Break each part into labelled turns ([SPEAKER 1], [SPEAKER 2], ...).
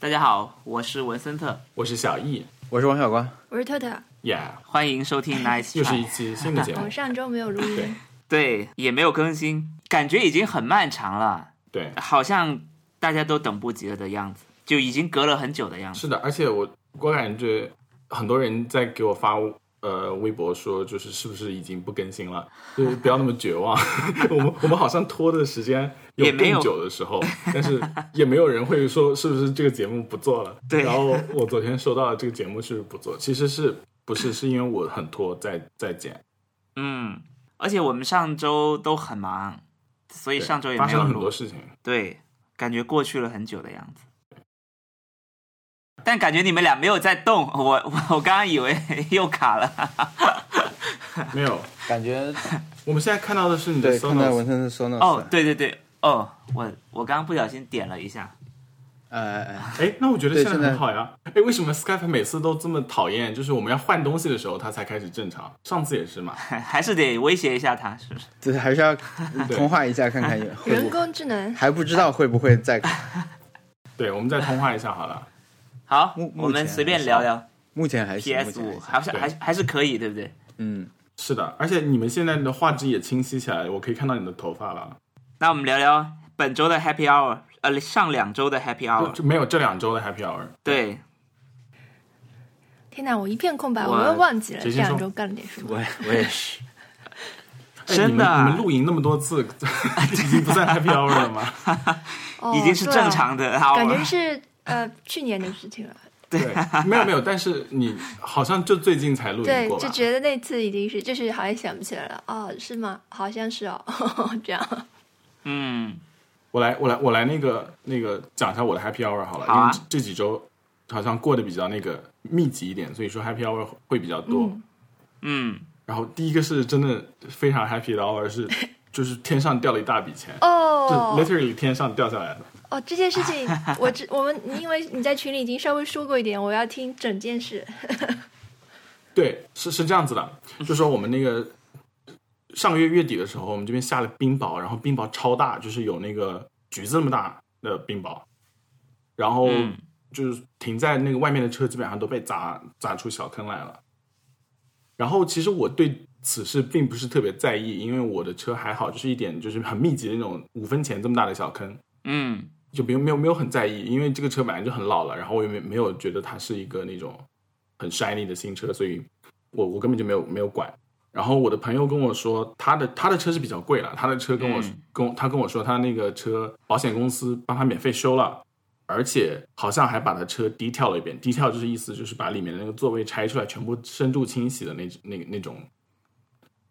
[SPEAKER 1] 大家好，我是文森特，
[SPEAKER 2] 我是小易
[SPEAKER 3] 我是王小光，
[SPEAKER 4] 我是特特，
[SPEAKER 2] ，Yeah，
[SPEAKER 1] 欢迎收 听 Nice
[SPEAKER 2] 又是
[SPEAKER 1] Try
[SPEAKER 2] 一期新的节
[SPEAKER 4] 我
[SPEAKER 2] 目
[SPEAKER 4] 们，上周没有录
[SPEAKER 2] 对
[SPEAKER 4] 音，
[SPEAKER 1] 对，也没有更新，感觉已经很漫长了，
[SPEAKER 2] 对，
[SPEAKER 1] 好像大家都等不及了的样子，就已经隔了很久的样子。
[SPEAKER 2] 是的，而且我我感觉很多人在给我发呃微博说，就是是不是已经不更新了，就是不要那么绝望。 我们我们好像拖的时间有
[SPEAKER 1] 也没有
[SPEAKER 2] 更久的时候，但是也没有人会说是不是这个节目不做了。
[SPEAKER 1] 对
[SPEAKER 2] 然后我昨天收到了这个节目是不做，其实是不是是因为我很拖在在剪，
[SPEAKER 1] 嗯，而且我们上周都很忙，所以
[SPEAKER 2] 对
[SPEAKER 1] 上周也
[SPEAKER 2] 发
[SPEAKER 1] 没
[SPEAKER 2] 生
[SPEAKER 1] 有
[SPEAKER 2] 了很多
[SPEAKER 1] 录。
[SPEAKER 2] 事情。
[SPEAKER 1] 对，感觉过去了很久的样子。但感觉你们俩没有在动，我我我刚刚以为又卡了。
[SPEAKER 2] 没有，
[SPEAKER 3] 感觉
[SPEAKER 2] 我们现在看到的是你的
[SPEAKER 3] 对，
[SPEAKER 2] s o
[SPEAKER 3] 看
[SPEAKER 2] n
[SPEAKER 3] 到
[SPEAKER 2] o
[SPEAKER 3] 文森特 s o n o
[SPEAKER 1] 哦，，对对对，哦，我我刚刚不小心点了一下。
[SPEAKER 3] 哎哎，
[SPEAKER 2] 哎，那我觉得
[SPEAKER 3] 对
[SPEAKER 2] 现在
[SPEAKER 3] 现在
[SPEAKER 2] 很好呀。哎，为什么 Skype 每次都这么讨厌？就是我们要换东西的时候，它才开始正常。上次也是嘛。
[SPEAKER 1] 还是得威胁一下他，是不是？
[SPEAKER 3] 这还是要通话一下 看看有会
[SPEAKER 4] 人
[SPEAKER 3] 不
[SPEAKER 4] 工智能
[SPEAKER 3] 还不知道会不会再。
[SPEAKER 2] 对，我们再通话一下好了。
[SPEAKER 1] 好
[SPEAKER 3] 目，
[SPEAKER 1] 我们
[SPEAKER 3] 目前
[SPEAKER 1] 随便聊聊
[SPEAKER 3] 目前还行，目
[SPEAKER 1] PS
[SPEAKER 3] 前
[SPEAKER 1] 五，
[SPEAKER 3] 还行
[SPEAKER 1] 还是
[SPEAKER 2] 对
[SPEAKER 1] 还是还是可以，对不对？
[SPEAKER 3] 嗯，
[SPEAKER 2] 是的，而且你们现在的画质也清晰起来，我可以看到你的头发了。
[SPEAKER 1] 那我们聊聊本周的 Happy Hour，呃，上两周的 Happy
[SPEAKER 2] 就
[SPEAKER 1] Hour。
[SPEAKER 2] 就没有这两周的 Happy Hour。哎
[SPEAKER 1] 对，
[SPEAKER 4] 天哪，我一片空白，
[SPEAKER 1] 我
[SPEAKER 4] 我又忘记了
[SPEAKER 2] 谁
[SPEAKER 4] 这
[SPEAKER 2] 先说
[SPEAKER 4] 两周干了点什么。
[SPEAKER 3] 我我也是，
[SPEAKER 2] 哎
[SPEAKER 1] 真的
[SPEAKER 2] 你
[SPEAKER 1] 啊
[SPEAKER 2] 们，你们露营那么多次， 已经不算 Happy Hour 了吗？
[SPEAKER 4] 哦
[SPEAKER 1] 已经是
[SPEAKER 4] 对啊
[SPEAKER 1] 正常的 hour
[SPEAKER 4] 感觉是呃去年的事情了。
[SPEAKER 2] 对，没有没有，但是你好像就最近才露营
[SPEAKER 4] 对
[SPEAKER 2] 过，吧
[SPEAKER 4] 就？觉得那次已经是，就是好像想不起来了。哦，是吗？好像是哦， 这样。
[SPEAKER 1] 嗯，
[SPEAKER 2] 我来，我来，我来那个那个讲一下我的 Happy Hour 好了，
[SPEAKER 1] 好啊
[SPEAKER 2] 因为这这几周好像过得比较那个密集一点，所以说 Happy Hour 会比较多。
[SPEAKER 4] 嗯
[SPEAKER 1] 嗯，
[SPEAKER 2] 然后第一个是真的非常 Happy 的 Hour 是，就是天上掉了一大笔钱，是
[SPEAKER 4] 哦
[SPEAKER 2] literally 天上掉下来的。
[SPEAKER 4] 哦，这件 事情我只我们你因为你在群里已经稍微说过一点，我要听整件事。
[SPEAKER 2] 对，是是这样子的，就说我们那个上个月月底的时候，我们这边下了冰雹，然后冰雹超大，就是有那个橘子那么大的冰雹，然后
[SPEAKER 1] 嗯
[SPEAKER 2] 就是停在那个外面的车基本上都被砸砸出小坑来了。然后其实我对此事并不是特别在意，因为我的车还好，就是一点就是很密集的那种五分钱这么大的小坑，
[SPEAKER 1] 嗯，
[SPEAKER 2] 就没有没有没有很在意，因为这个车本来就很老了，然后我也没没有觉得它是一个那种很 shiny 的新车，所以我我根本就没有没有管。然后我的朋友跟我说，他的他的车是比较贵了，他的车跟我、
[SPEAKER 1] 嗯
[SPEAKER 2] 跟我他跟我说，他那个车保险公司帮他免费修了，而且好像还把他车低跳了一遍，低跳就是意思就是把里面的那个座位拆出来，全部深度清洗的那那那种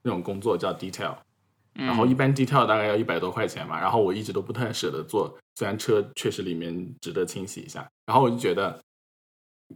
[SPEAKER 2] 那种工作叫 detail。
[SPEAKER 1] 嗯
[SPEAKER 2] 然后一般 detail 大概要一百多块钱嘛，然后我一直都不太舍得做，虽然车确实里面值得清洗一下，然后我就觉得，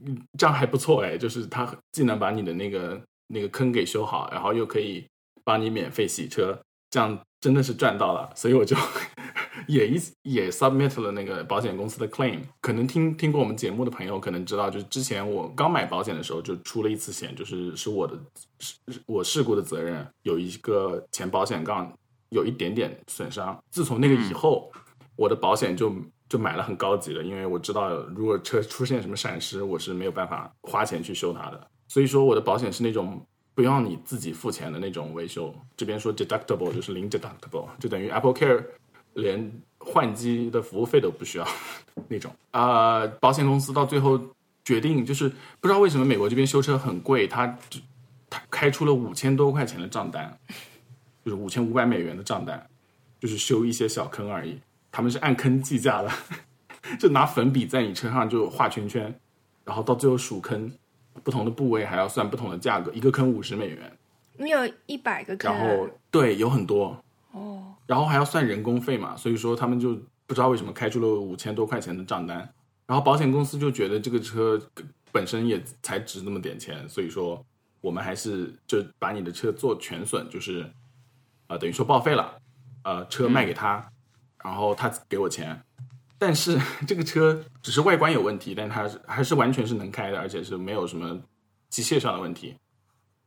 [SPEAKER 2] 嗯，这样还不错哎，就是它既能把你的那个那个坑给修好，然后又可以帮你免费洗车，这样真的是赚到了，所以我就 也一也 submit 了那个保险公司的 claim。可能听听过我们节目的朋友可能知道，就是之前我刚买保险的时候就出了一次险，就是是我的是是我事故的责任，有一个前保险杠有一点点损伤。自从那个以后，我的保险就就买了很高级的，因为我知道如果车出现什么闪失，我是没有办法花钱去修它的。所以说我的保险是那种不要你自己付钱的那种维修。这边说 deductible 就是零 deductible，就等于 Apple Care 连换机的服务费都不需要那种。啊，保险公司到最后决定就是不知道为什么美国这边修车很贵，它就它开出了五千多块钱的账单，就是五千五百美元的账单，就是修一些小坑而已。他们是按坑计价的， 就拿粉笔在你车上就画圈圈，然后到最后数坑，不同的部位还要算不同的价格，一个坑五十美元，
[SPEAKER 4] 你有一百个坑
[SPEAKER 2] 然
[SPEAKER 4] 啊，
[SPEAKER 2] 后对有很多，
[SPEAKER 4] 哦，
[SPEAKER 2] 然后还要算人工费嘛，所以说他们就不知道为什么开出了五千多块钱的账单，然后保险公司就觉得这个车本身也才值那么点钱，所以说我们还是就把你的车做全损，就是呃等于说报废了，呃车卖给他，然后他给我钱，但是 这个车只是外观有问题，但它是还是完全是能开的，而且是没有什么机械上的问题。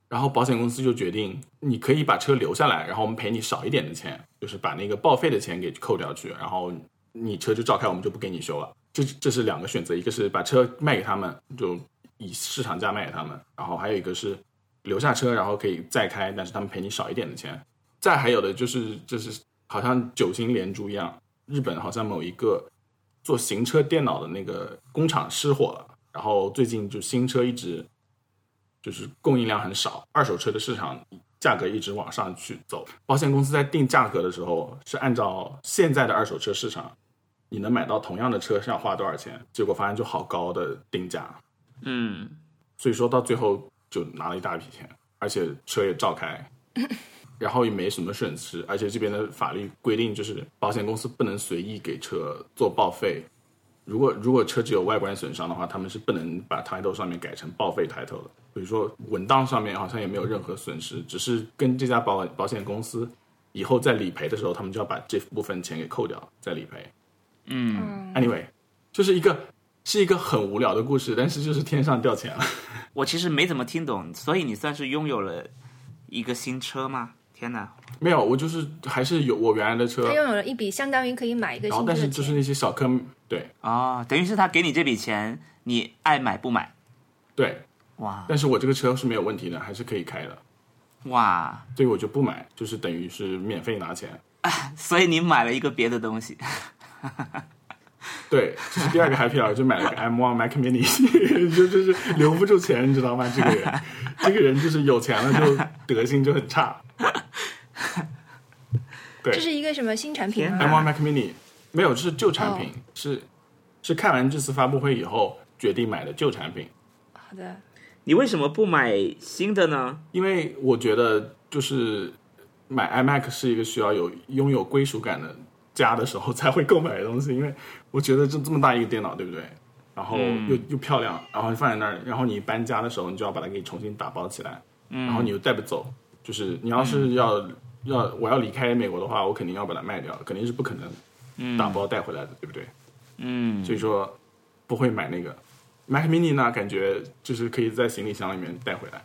[SPEAKER 2] 然后保险公司就决定，你可以把车留下来，然后我们赔你少一点的钱，就是把那个报废的钱给扣掉去，然后你车就照开，我们就不给你修了。这这是两个选择，一个是把车卖给他们，就以市场价卖给他们，然后还有一个是留下车，然后可以再开，但是他们赔你少一点的钱。再还有的就是就是好像九星连珠一样，日本好像某一个做行车电脑的那个工厂失火了，然后最近就新车一直就是供应量很少，二手车的市场价格一直往上去走。保险公司在定价格的时候是按照现在的二手车市场。你能买到同样的车是要花多少钱？结果发现就好高的定价，
[SPEAKER 1] 嗯，
[SPEAKER 2] 所以说到最后就拿了一大笔钱，而且车也照开，然后也没什么损失，而且这边的法律规定就是保险公司不能随意给车做报废，如果如果车只有外观损伤的话，他们是不能把 title 上面改成报废 title 的。比如说文档上面好像也没有任何损失，只是跟这家保保险公司以后在理赔的时候，他们就要把这部分钱给扣掉再理赔。
[SPEAKER 1] 嗯
[SPEAKER 2] ，anyway，就是一个是一个很无聊的故事，但是就是天上掉钱了。
[SPEAKER 1] 我其实没怎么听懂，所以你算是拥有了一个新车吗？天哪，
[SPEAKER 2] 没有，我就是还是有我原来的车
[SPEAKER 4] 他，拥有了一笔相当于可以买一个
[SPEAKER 2] 然
[SPEAKER 4] 新
[SPEAKER 2] 后
[SPEAKER 4] 车
[SPEAKER 2] 但
[SPEAKER 4] 的
[SPEAKER 2] 是
[SPEAKER 4] 钱。
[SPEAKER 2] 就是那些小坑，对
[SPEAKER 1] 哦，等于是他给你这笔钱，你爱买不买？
[SPEAKER 2] 对，
[SPEAKER 1] 哇
[SPEAKER 2] 但是我这个车是没有问题的，还是可以开的，
[SPEAKER 1] 哇，
[SPEAKER 2] 所以我就不买，就是等于是免费拿钱。
[SPEAKER 1] 所以你买了一个别的东西，
[SPEAKER 2] 对，这是第二个 happy hour，就买了个 M1 Mac Mini，就 就是留不住钱，你知道吗？这个人，这个人就是有钱了就德性就很差。对，
[SPEAKER 4] 这是一个什么新产品
[SPEAKER 1] 天哪
[SPEAKER 4] 吗？
[SPEAKER 2] M1 Mac Mini 没有，这是旧产
[SPEAKER 4] 哦
[SPEAKER 2] 品，是是看完这次发布会以后决定买的旧产品，
[SPEAKER 4] 好的，
[SPEAKER 1] 你为什么不买新的呢？
[SPEAKER 2] 因为我觉得就是买 iMac 是一个需要有拥有归属感的家的时候才会购买的东西，因为我觉得这这么大一个电脑，对不对？然后又、
[SPEAKER 1] 嗯
[SPEAKER 2] 又漂亮，然后放在那儿，然后你搬家的时候，你就要把它给重新打包起来，
[SPEAKER 1] 嗯
[SPEAKER 2] 然后你又带不走，就是你要是要、要我要离开美国的话，我肯定要把它卖掉，肯定是不可能打包带回来的，对不对？
[SPEAKER 1] 嗯，
[SPEAKER 2] 所以说不会买那个 Mac Mini 呢，感觉就是可以在行李箱里面带回来。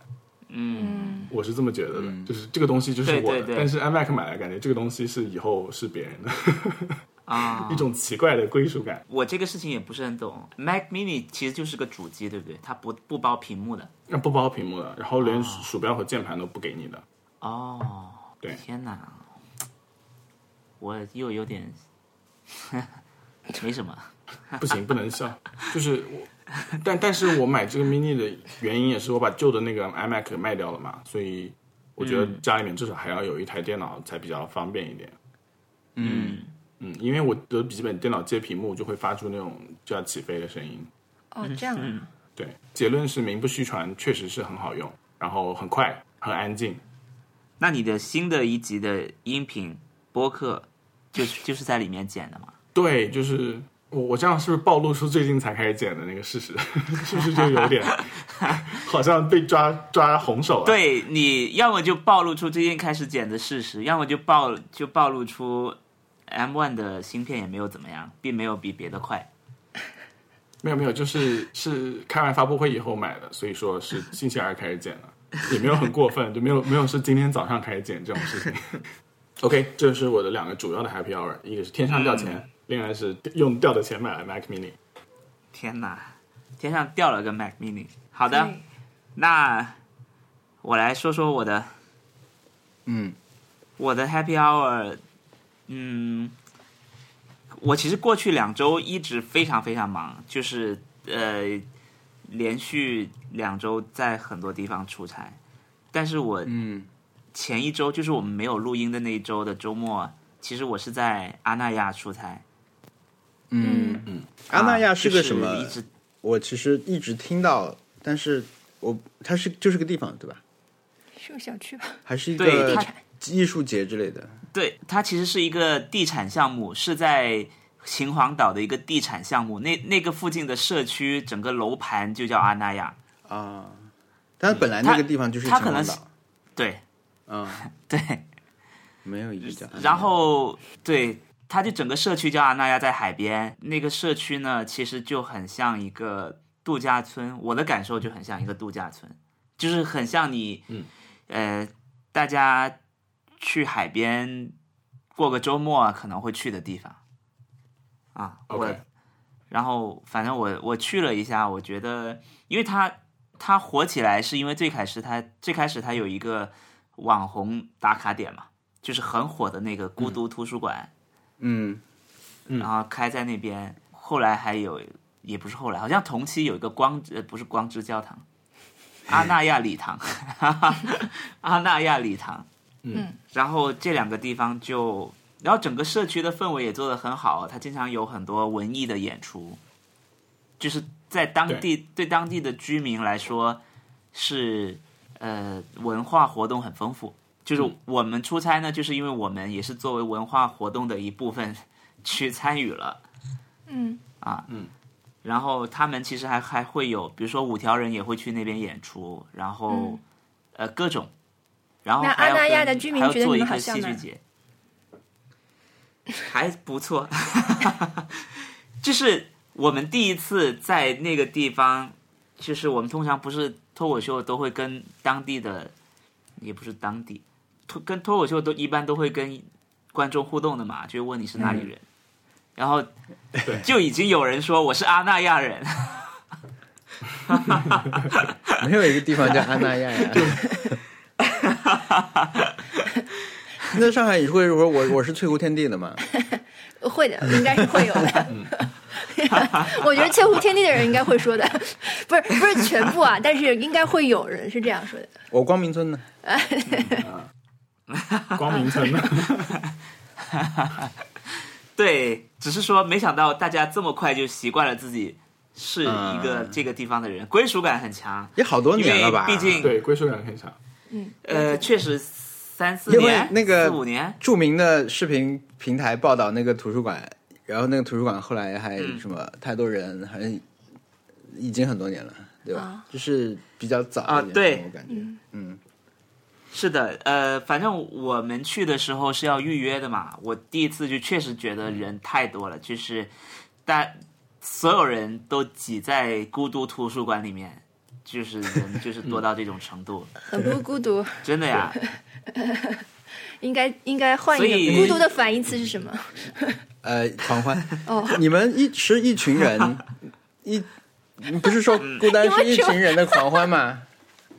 [SPEAKER 2] 嗯，我是这么觉得的，就是这个东西就是我的，
[SPEAKER 1] 对对对
[SPEAKER 2] 但是 iMac 买来感觉这个东西是以后是别人的，
[SPEAKER 1] 啊
[SPEAKER 2] 一，种奇怪的归属感。
[SPEAKER 1] 我这个事情也不是很懂。Mac Mini 其实就是个主机，对不对？它不不包屏幕的。
[SPEAKER 2] 那不包屏幕的，然后连鼠标和键盘都不给你的，
[SPEAKER 1] 哦，
[SPEAKER 2] 对
[SPEAKER 1] 天哪，我又有 点没什么。
[SPEAKER 2] 不行，不能笑。就是我，但但是我买这个 mini 的原因也是我把旧的那个 iMac 卖掉了嘛，所以我觉得家里面至少还要有一台电脑才比较方便一点。
[SPEAKER 1] 嗯，
[SPEAKER 2] 嗯，因为我的笔记本电脑接屏幕就会发出那种就要起飞的声音。
[SPEAKER 4] 哦，这
[SPEAKER 2] 嗯
[SPEAKER 4] 样啊，
[SPEAKER 2] 对，结论是名不虚传，确实是很好用，然后很快，很安静。
[SPEAKER 1] 那你的新的一集的音频播客，就是就是在里面剪的嘛？
[SPEAKER 2] 对，就是我我这样是不是暴露出最近才开始剪的那个事实？ 是不是就有点好像被抓抓红手了？，
[SPEAKER 1] 对，你要么就暴露出最近开始剪的事实，要么就暴就暴露出 M1 的芯片也没有怎么样，并没有比别的快。
[SPEAKER 2] 没有没有，就是是开完发布会以后买的，所以说是星期二开始剪的，也没有很过分，就没有没有是今天早上开始剪这种事情。OK，这是我的两个主要的 Happy Hour，一个是天上掉钱，另外是用掉的钱买了 Mac Mini。
[SPEAKER 1] 天哪，天上掉了个 Mac Mini。好的，
[SPEAKER 4] 对
[SPEAKER 1] 那我来说说我的，
[SPEAKER 3] 嗯，
[SPEAKER 1] 我的 Happy Hour，嗯，我其实过去两周一直非常非常忙，就是呃，连续两周在很多地方出差，但是我
[SPEAKER 3] 嗯
[SPEAKER 1] 前一周就是我们没有录音的那一周的周末，其实我是在阿那亚出差。
[SPEAKER 3] 嗯
[SPEAKER 2] 嗯，
[SPEAKER 3] 阿那亚
[SPEAKER 1] 啊
[SPEAKER 3] 是个什么？
[SPEAKER 1] 就是一直
[SPEAKER 3] 我其实一直听到，但是我它是就是个地方对吧？
[SPEAKER 4] 是个小区吧？
[SPEAKER 3] 还是一
[SPEAKER 1] 对
[SPEAKER 3] 个
[SPEAKER 1] 它
[SPEAKER 3] 艺术节之类的？
[SPEAKER 1] 对，它其实是一个地产项目，是在秦皇岛的一个地产项目。那那个附近的社区，整个楼盘就叫阿那亚。
[SPEAKER 3] 啊，但本来那个地方就是
[SPEAKER 1] 嗯
[SPEAKER 3] 秦
[SPEAKER 1] 它它可
[SPEAKER 3] 皇
[SPEAKER 1] 能
[SPEAKER 3] 岛
[SPEAKER 1] 是，对
[SPEAKER 3] 嗯，
[SPEAKER 1] 对，
[SPEAKER 3] 没有一个叫。
[SPEAKER 1] 然后对，它就整个社区叫阿那亚，在海边。那个社区呢，其实就很像一个度假村，我的感受就很像一个度假村，就是很像你，
[SPEAKER 2] 嗯，
[SPEAKER 1] 呃，大家去海边过个周末可能会去的地方。啊。我
[SPEAKER 2] OK，
[SPEAKER 1] 然后反正我我去了一下，我觉得，因为他他火起来是因为最开始他最开始他有一个网红打卡点嘛，就是很火的那个孤独图书馆，
[SPEAKER 3] 嗯
[SPEAKER 2] 嗯
[SPEAKER 1] 然后开在那边。后来还有，也不是后来，好像同期有一个光呃不是光之教堂，阿那亚礼堂， 阿那亚礼堂，
[SPEAKER 2] 嗯
[SPEAKER 1] 然后这两个地方就，然后整个社区的氛围也做得很好，它经常有很多文艺的演出，就是在当地对当地的居民来说是呃文化活动很丰富。就是
[SPEAKER 2] 嗯
[SPEAKER 1] 我们出差呢，就是因为我们也是作为文化活动的一部分去参与了，啊
[SPEAKER 4] 嗯
[SPEAKER 1] 然后他们其实还还会有，比如说五条人也会去那边演出，然后、
[SPEAKER 4] 嗯
[SPEAKER 1] 呃各种，然后
[SPEAKER 4] 那
[SPEAKER 1] 还要
[SPEAKER 4] 阿那亚
[SPEAKER 1] 跟
[SPEAKER 4] 的居民
[SPEAKER 1] 还要
[SPEAKER 4] 觉得
[SPEAKER 1] 做
[SPEAKER 4] 你
[SPEAKER 1] 一
[SPEAKER 4] 们
[SPEAKER 1] 个
[SPEAKER 4] 好笑
[SPEAKER 1] 戏剧
[SPEAKER 4] 吗
[SPEAKER 1] 节，还不错， 就是我们第一次在那个地方，就是我们通常不是脱口秀都会跟当地的，也不是当地，脱跟脱口秀都一般都会跟观众互动的嘛，就问你是哪里人，然后
[SPEAKER 2] 对
[SPEAKER 1] 就已经有人说我是阿那亚人，
[SPEAKER 3] 没有一个地方 叫阿那亚呀。你在上海，你会说我我是翠湖天地的嘛？
[SPEAKER 4] 会的，应该是会有的。
[SPEAKER 1] 嗯
[SPEAKER 4] 我觉得翠湖天地的人应该会说的，不是不是全部啊，但是应该会有人是这样说的。
[SPEAKER 3] 我光明村的，
[SPEAKER 2] 光明村
[SPEAKER 1] 对，只是说没想到大家这么快就习惯了自己是一个
[SPEAKER 3] 嗯
[SPEAKER 1] 这个地方的人，归属感很强。
[SPEAKER 3] 也好多年了吧？
[SPEAKER 1] 因为毕竟
[SPEAKER 2] 对归属感很强。
[SPEAKER 4] 嗯，
[SPEAKER 1] 呃，确实三四
[SPEAKER 3] 因为
[SPEAKER 1] 年，
[SPEAKER 3] 那个
[SPEAKER 1] 四五年，
[SPEAKER 3] 著名的视频平台报道那个图书馆，然后那个图书馆后来还
[SPEAKER 1] 嗯
[SPEAKER 3] 什么、太多人，好像已经很多年了，对吧？
[SPEAKER 4] 啊
[SPEAKER 3] 就是比较早
[SPEAKER 1] 啊
[SPEAKER 3] 一点
[SPEAKER 1] 对
[SPEAKER 3] 我感觉，
[SPEAKER 4] 嗯
[SPEAKER 3] 嗯
[SPEAKER 1] 是的，呃，反正我们去的时候是要预约的嘛。我第一次就确实觉得人太多了，就是大所有人都挤在孤独图书馆里面，就是人就是多到这种程度，
[SPEAKER 4] 很不孤独，
[SPEAKER 1] 真的呀。
[SPEAKER 4] 应该应该换
[SPEAKER 1] 所
[SPEAKER 4] 一
[SPEAKER 1] 以
[SPEAKER 4] 个孤独的反义词是什么？
[SPEAKER 3] 呃，狂欢，
[SPEAKER 4] 哦，
[SPEAKER 3] 你们一是一群 人，一你不是说
[SPEAKER 1] 嗯
[SPEAKER 3] 孤单是一群人的狂欢吗？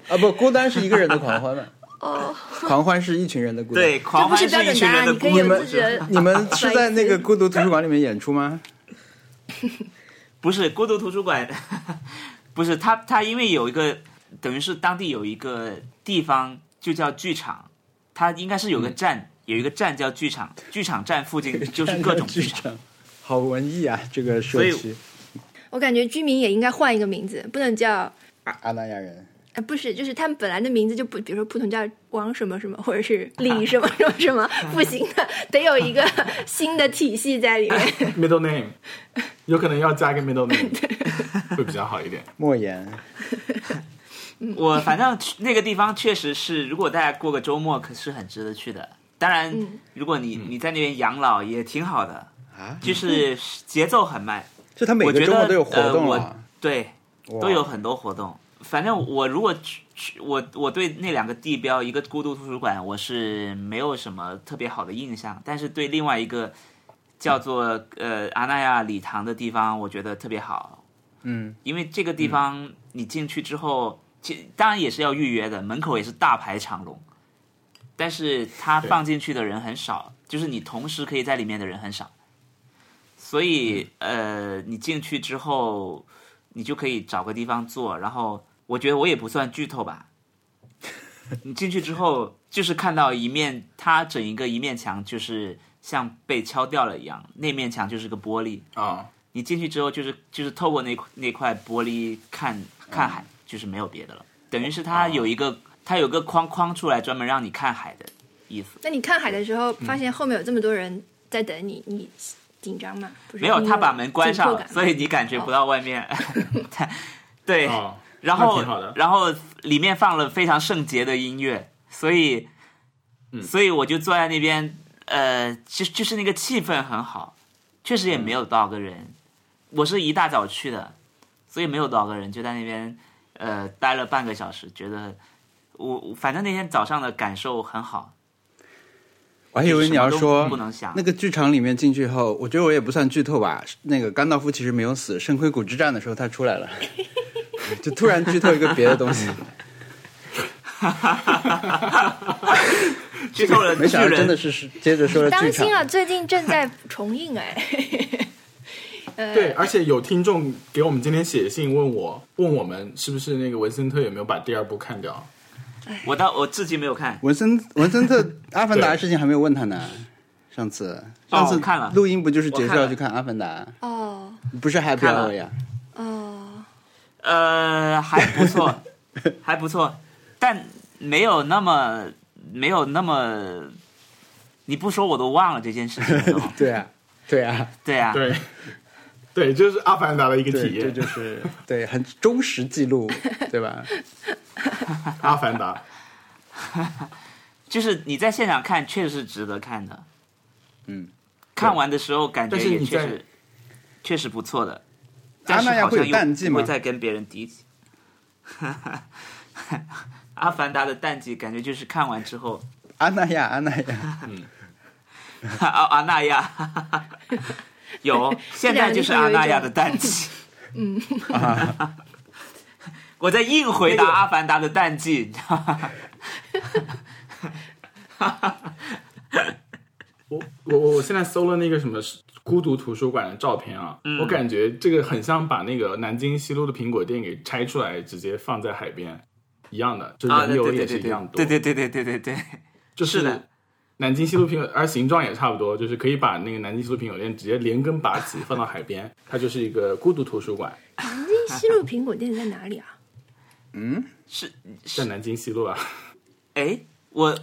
[SPEAKER 3] 啊，不，孤单是一个人的狂欢嘛？
[SPEAKER 4] 哦，
[SPEAKER 3] 狂欢是一群人的孤单。
[SPEAKER 1] 对，，
[SPEAKER 4] 这
[SPEAKER 1] 狂
[SPEAKER 4] 不
[SPEAKER 1] 欢
[SPEAKER 4] 是标
[SPEAKER 1] 一
[SPEAKER 4] 准
[SPEAKER 1] 群
[SPEAKER 4] 答
[SPEAKER 1] 人
[SPEAKER 4] 案，
[SPEAKER 1] 的
[SPEAKER 4] 你可以
[SPEAKER 1] 孤
[SPEAKER 3] 你
[SPEAKER 4] 有
[SPEAKER 3] 们
[SPEAKER 4] 自己的。
[SPEAKER 3] 你们是在那个孤独图书馆里面演出吗？
[SPEAKER 1] 不是孤独图书馆， 不是它它因为有一个等于是当地有一个地方就叫剧场，它应该是有个站、有一个站叫剧场，剧场站附 近就是各种
[SPEAKER 3] 剧
[SPEAKER 1] 剧场。
[SPEAKER 3] 场，好文艺啊！这个社
[SPEAKER 1] 所
[SPEAKER 3] 区，
[SPEAKER 4] 我感觉居民也应该换一个名字，不能叫。
[SPEAKER 1] 啊
[SPEAKER 3] 阿那亚人。
[SPEAKER 4] 呃，不是，就是他们本来的名字就不，比如说普通叫王什么什么，或者是李什么什么什 么，不行的，得有一个新的体系在里面。
[SPEAKER 2] middle name，有可能要加一个 middle name，会比较好一点。
[SPEAKER 3] 莫言，
[SPEAKER 1] 我反正去那个地方确实是，如果大家过个周末，可是很值得去的。当然，如果你你在那边养老也挺好的，
[SPEAKER 3] 啊，
[SPEAKER 1] 就是节奏很慢。
[SPEAKER 3] 就他每
[SPEAKER 1] 我
[SPEAKER 3] 个
[SPEAKER 1] 觉
[SPEAKER 3] 周末
[SPEAKER 1] 得
[SPEAKER 3] 都有活动
[SPEAKER 1] 呃
[SPEAKER 3] 了
[SPEAKER 1] 我，对，
[SPEAKER 3] 哇
[SPEAKER 1] 都有很多活动。反正我如果去去，我我对那两个地标，一个孤独图书馆，我是没有什么特别好的印象，但是对另外一个叫做呃阿那亚礼堂的地方，我觉得特别好，
[SPEAKER 3] 嗯，
[SPEAKER 1] 因为这个地方你进去之后，其当然也是要预约的，门口也是大排长龙，但是它
[SPEAKER 2] 对
[SPEAKER 1] 放进去的人很少，就是你同时可以在里面的人很少，所以呃，你进去之后，你就可以找个地方坐，然后我觉得我也不算剧透吧。 你进去之后，就是看到一面，它整一个一面墙就是像被敲掉了一样，那面墙就是个玻璃，
[SPEAKER 2] 啊、
[SPEAKER 1] 你进去之后就是就是透过那块那块玻璃看看
[SPEAKER 4] 嗯
[SPEAKER 1] 海，就是没有别的了。等于是它
[SPEAKER 4] 哦
[SPEAKER 1] 有一个它有个框框出来，专门让你看海的意思。
[SPEAKER 4] 那你看海的时候，
[SPEAKER 1] 嗯
[SPEAKER 4] 发现后面有这么多人在等你，你紧张吗？不是
[SPEAKER 1] 没有，
[SPEAKER 4] 你
[SPEAKER 1] 他把门关上
[SPEAKER 4] 紧迫
[SPEAKER 1] 了，
[SPEAKER 4] 感吗哦
[SPEAKER 1] 所以你感觉不到外 面。对，
[SPEAKER 2] 啊，
[SPEAKER 1] 然后
[SPEAKER 2] 那挺好的
[SPEAKER 1] 然后里面放了非常圣洁的音乐，所以，
[SPEAKER 2] 嗯
[SPEAKER 1] 所以我就坐在那边，呃，就就是那个气氛很好，确实也没有多少个人，我是一大早去的，所以没有多少个人，就在那边呃待了半个小时，觉得我我反正那天早上的感受很好，
[SPEAKER 3] 我还以为你要
[SPEAKER 1] 什么都
[SPEAKER 3] 说
[SPEAKER 1] 不能想
[SPEAKER 3] 那个剧场里面进去后，我觉得我也不算剧透吧。那个甘道夫其实没有死，圣盔谷之战的时候他出来了，就突然剧透一个别的东西，
[SPEAKER 1] 剧透了
[SPEAKER 3] 没
[SPEAKER 1] 巨
[SPEAKER 3] 想到真的
[SPEAKER 1] 人，
[SPEAKER 3] 是是接着说了剧
[SPEAKER 4] 当
[SPEAKER 3] 场
[SPEAKER 4] 心。啊，最近正在重映哎。呃
[SPEAKER 2] 对，，而且有听众给我们今天写信问我，问我们是不是那个文森特有没有把第二部看掉？
[SPEAKER 1] 我到我至今没有看。
[SPEAKER 3] 文森文森特《阿凡达》的事情还没有问他呢，上次上次
[SPEAKER 1] 我看了
[SPEAKER 3] 录音不就是介
[SPEAKER 1] 我看
[SPEAKER 3] 绍
[SPEAKER 1] 了
[SPEAKER 3] 去看《阿凡达
[SPEAKER 4] 哦》，
[SPEAKER 3] 不是 Happy
[SPEAKER 1] 看了
[SPEAKER 3] Hour 呀？
[SPEAKER 4] 哦，
[SPEAKER 1] 呃，还不错，还不错，但没有那么没有那么，你不说我都忘了这件事情了
[SPEAKER 3] 。对啊，对啊，
[SPEAKER 1] 对啊，
[SPEAKER 2] 对，对，就是《阿凡达》的一个体
[SPEAKER 3] 对，这
[SPEAKER 2] 验，
[SPEAKER 3] 就
[SPEAKER 2] 《
[SPEAKER 3] 是对很忠实记录，对吧？
[SPEAKER 2] 阿凡达》。
[SPEAKER 1] 就是你在现场看确实是值得看的，
[SPEAKER 3] 嗯，
[SPEAKER 1] 看完的时候感觉
[SPEAKER 2] 但是
[SPEAKER 1] 也
[SPEAKER 2] 你
[SPEAKER 1] 确
[SPEAKER 2] 在
[SPEAKER 1] 实确实不错的。
[SPEAKER 3] 阿
[SPEAKER 1] 但是
[SPEAKER 3] 那亚
[SPEAKER 1] 好
[SPEAKER 3] 会有
[SPEAKER 1] 像又
[SPEAKER 3] 淡季
[SPEAKER 1] 不
[SPEAKER 3] 吗
[SPEAKER 1] 会？再跟别人敌起。 阿凡达的淡季感觉就是看完之后，
[SPEAKER 3] 阿那亚，阿那亚，
[SPEAKER 1] 阿阿那亚，有，现在就是阿那亚的淡季。嗯，我在硬回答阿凡达的淡季，你知道吗？
[SPEAKER 2] 我我我我现在搜了那个什么孤独图书馆的照片啊，
[SPEAKER 1] 嗯
[SPEAKER 2] 我感觉这个很像把那个南京西路的苹果店给拆出来，直接放在海边一样的，就
[SPEAKER 1] 啊，
[SPEAKER 2] 人
[SPEAKER 1] 对
[SPEAKER 2] 流
[SPEAKER 1] 对
[SPEAKER 2] 也
[SPEAKER 1] 对
[SPEAKER 2] 是
[SPEAKER 1] 对
[SPEAKER 2] 一样
[SPEAKER 1] 对，
[SPEAKER 2] 多，
[SPEAKER 1] 对对对对对对对，
[SPEAKER 2] 就是
[SPEAKER 1] 是的
[SPEAKER 2] 南京西路苹果，而形状也差不多，就是可以把那个南京西路苹果店直接连根拔起放到海边，它就是一个孤独图书馆，
[SPEAKER 4] 南京西路苹果店在哪里啊？
[SPEAKER 1] 是
[SPEAKER 2] 在南京西路啊，
[SPEAKER 1] 哎，我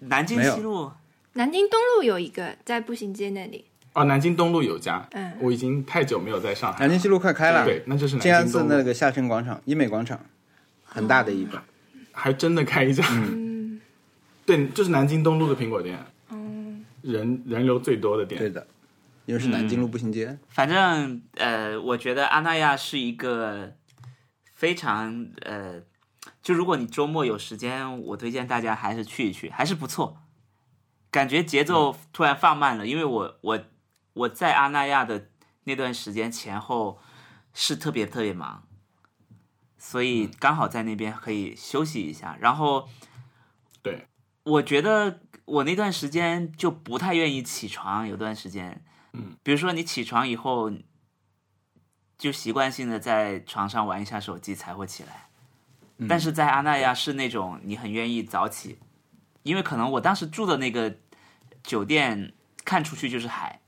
[SPEAKER 1] 南京
[SPEAKER 3] 没有
[SPEAKER 1] 西路
[SPEAKER 4] 南京东路有一个，在步行街那里。
[SPEAKER 2] 哦，南京东路有家，
[SPEAKER 4] 嗯
[SPEAKER 2] 我已经太久没有在上海
[SPEAKER 3] 南
[SPEAKER 2] 了，
[SPEAKER 3] 京西路快开了，
[SPEAKER 2] 对，那就是
[SPEAKER 3] 静
[SPEAKER 2] 南
[SPEAKER 3] 安
[SPEAKER 2] 京
[SPEAKER 3] 寺
[SPEAKER 2] 东
[SPEAKER 3] 那
[SPEAKER 2] 路，
[SPEAKER 3] 个下沉广场、医美广场，很大的一
[SPEAKER 1] 啊
[SPEAKER 3] 个。
[SPEAKER 2] 还真的开一家，
[SPEAKER 4] 嗯，
[SPEAKER 2] 对，就是南京东路的苹果店。
[SPEAKER 4] 嗯，
[SPEAKER 2] 人人流最多的店。
[SPEAKER 3] 对的，又是南
[SPEAKER 1] 嗯
[SPEAKER 3] 京路步行街。
[SPEAKER 1] 反正呃，我觉得阿那亚是一个非常呃，就如果你周末有时间，我推荐大家还是去一去，还是不错。感觉节奏突然放慢了，因为我我我在阿那亚的那段时间前后是特别特别忙，所以刚好在那边可以休息一下。然后
[SPEAKER 2] 对，
[SPEAKER 1] 我觉得我那段时间就不太愿意起床，有段时间，
[SPEAKER 2] 嗯，
[SPEAKER 1] 比如说你起床以后，就习惯性的在床上玩一下手机才会起来，
[SPEAKER 2] 嗯
[SPEAKER 1] 但是在阿那亚是那种你很愿意早起，因为可能我当时住的那个酒店看出去就是海，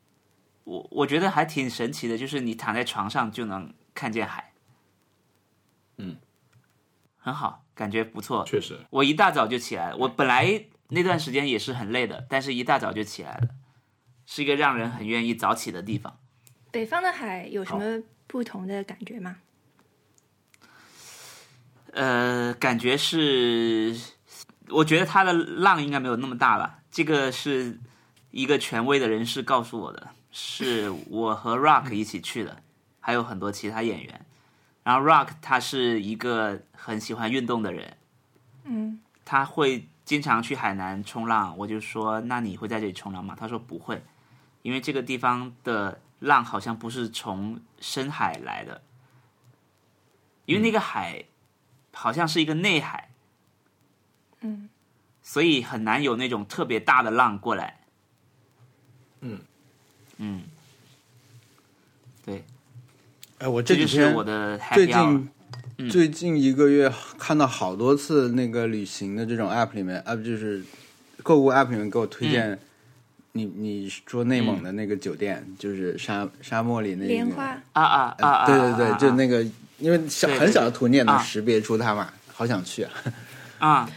[SPEAKER 1] 我我觉得还挺神奇的，就是你躺在床上就能看见海，
[SPEAKER 2] 嗯，
[SPEAKER 1] 很好，感觉不错，
[SPEAKER 2] 确实，
[SPEAKER 1] 我一大早就起来了，我本来那段时间也是很累的，但是一大早就起来了，是一个让人很愿意早起的地方。
[SPEAKER 4] 北方的海有什么不同的感觉吗？
[SPEAKER 1] 呃，感觉是，我觉得它的浪应该没有那么大吧。这个是一个权威的人士告诉我的，是我和 Rock 一起去的，还有很多其他演员。然后 Rock 他是一个很喜欢运动的人，
[SPEAKER 4] 嗯，
[SPEAKER 1] 他会经常去海南冲浪，我就说那你会在这里冲浪吗？他说不会，因为这个地方的浪好像不是从深海来的，因为那个海好像是一个内海，
[SPEAKER 4] 嗯，
[SPEAKER 1] 所以很难有那种特别大的浪过来。
[SPEAKER 2] 嗯
[SPEAKER 1] 嗯，对，
[SPEAKER 3] 哎，我
[SPEAKER 1] 这
[SPEAKER 3] 这
[SPEAKER 1] 就
[SPEAKER 3] 几
[SPEAKER 1] 是
[SPEAKER 3] 天
[SPEAKER 1] 我的嗯 happy
[SPEAKER 3] 最
[SPEAKER 1] hour
[SPEAKER 3] 近。最近一个月看到好多次那个旅行的这种 app 里面，app 就是购物 app 里面给我推
[SPEAKER 1] 嗯
[SPEAKER 3] 荐你，你说内蒙的那个酒店，就是沙沙漠里那个呃
[SPEAKER 4] 莲花，
[SPEAKER 1] 啊啊啊啊！
[SPEAKER 3] 对对对，
[SPEAKER 1] 啊
[SPEAKER 3] 就那个，因为小
[SPEAKER 1] 对对
[SPEAKER 3] 很小的图你也能
[SPEAKER 1] 啊
[SPEAKER 3] 识别出它嘛，好想去啊！
[SPEAKER 1] 啊，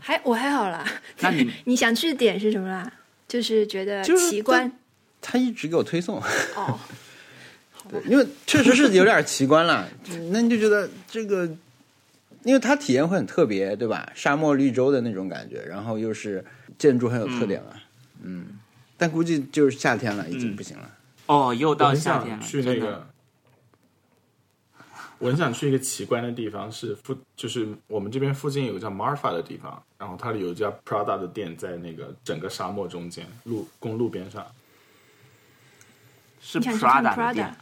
[SPEAKER 4] 还我还好啦。
[SPEAKER 1] 那你
[SPEAKER 4] 你想去的点是什么啦？就是觉得
[SPEAKER 3] 就是
[SPEAKER 4] 奇观
[SPEAKER 3] 它一直给我推送，
[SPEAKER 4] 哦，
[SPEAKER 3] 对，因为确实是有点奇观 了，那你就觉得这个，因为它体验会很特别，对吧？沙漠绿洲的那种感觉，然后又是建筑很有特点了，嗯但估计就是夏
[SPEAKER 1] 嗯
[SPEAKER 3] 天了，已经不行了。
[SPEAKER 1] 哦，又
[SPEAKER 2] 我
[SPEAKER 1] 到
[SPEAKER 2] 很
[SPEAKER 1] 夏天
[SPEAKER 2] 想
[SPEAKER 1] 了，
[SPEAKER 2] 去
[SPEAKER 1] 真
[SPEAKER 2] 那
[SPEAKER 1] 的。
[SPEAKER 2] 个，我很想去一个奇观的地方，是附就是我们这边附近有个叫 Marfa 的地方，然后它里有一家 Prada 的店，在那个整个沙漠中间路公路边上，
[SPEAKER 1] 是
[SPEAKER 4] 你想去看
[SPEAKER 1] Prada 的
[SPEAKER 4] Prada
[SPEAKER 1] 店。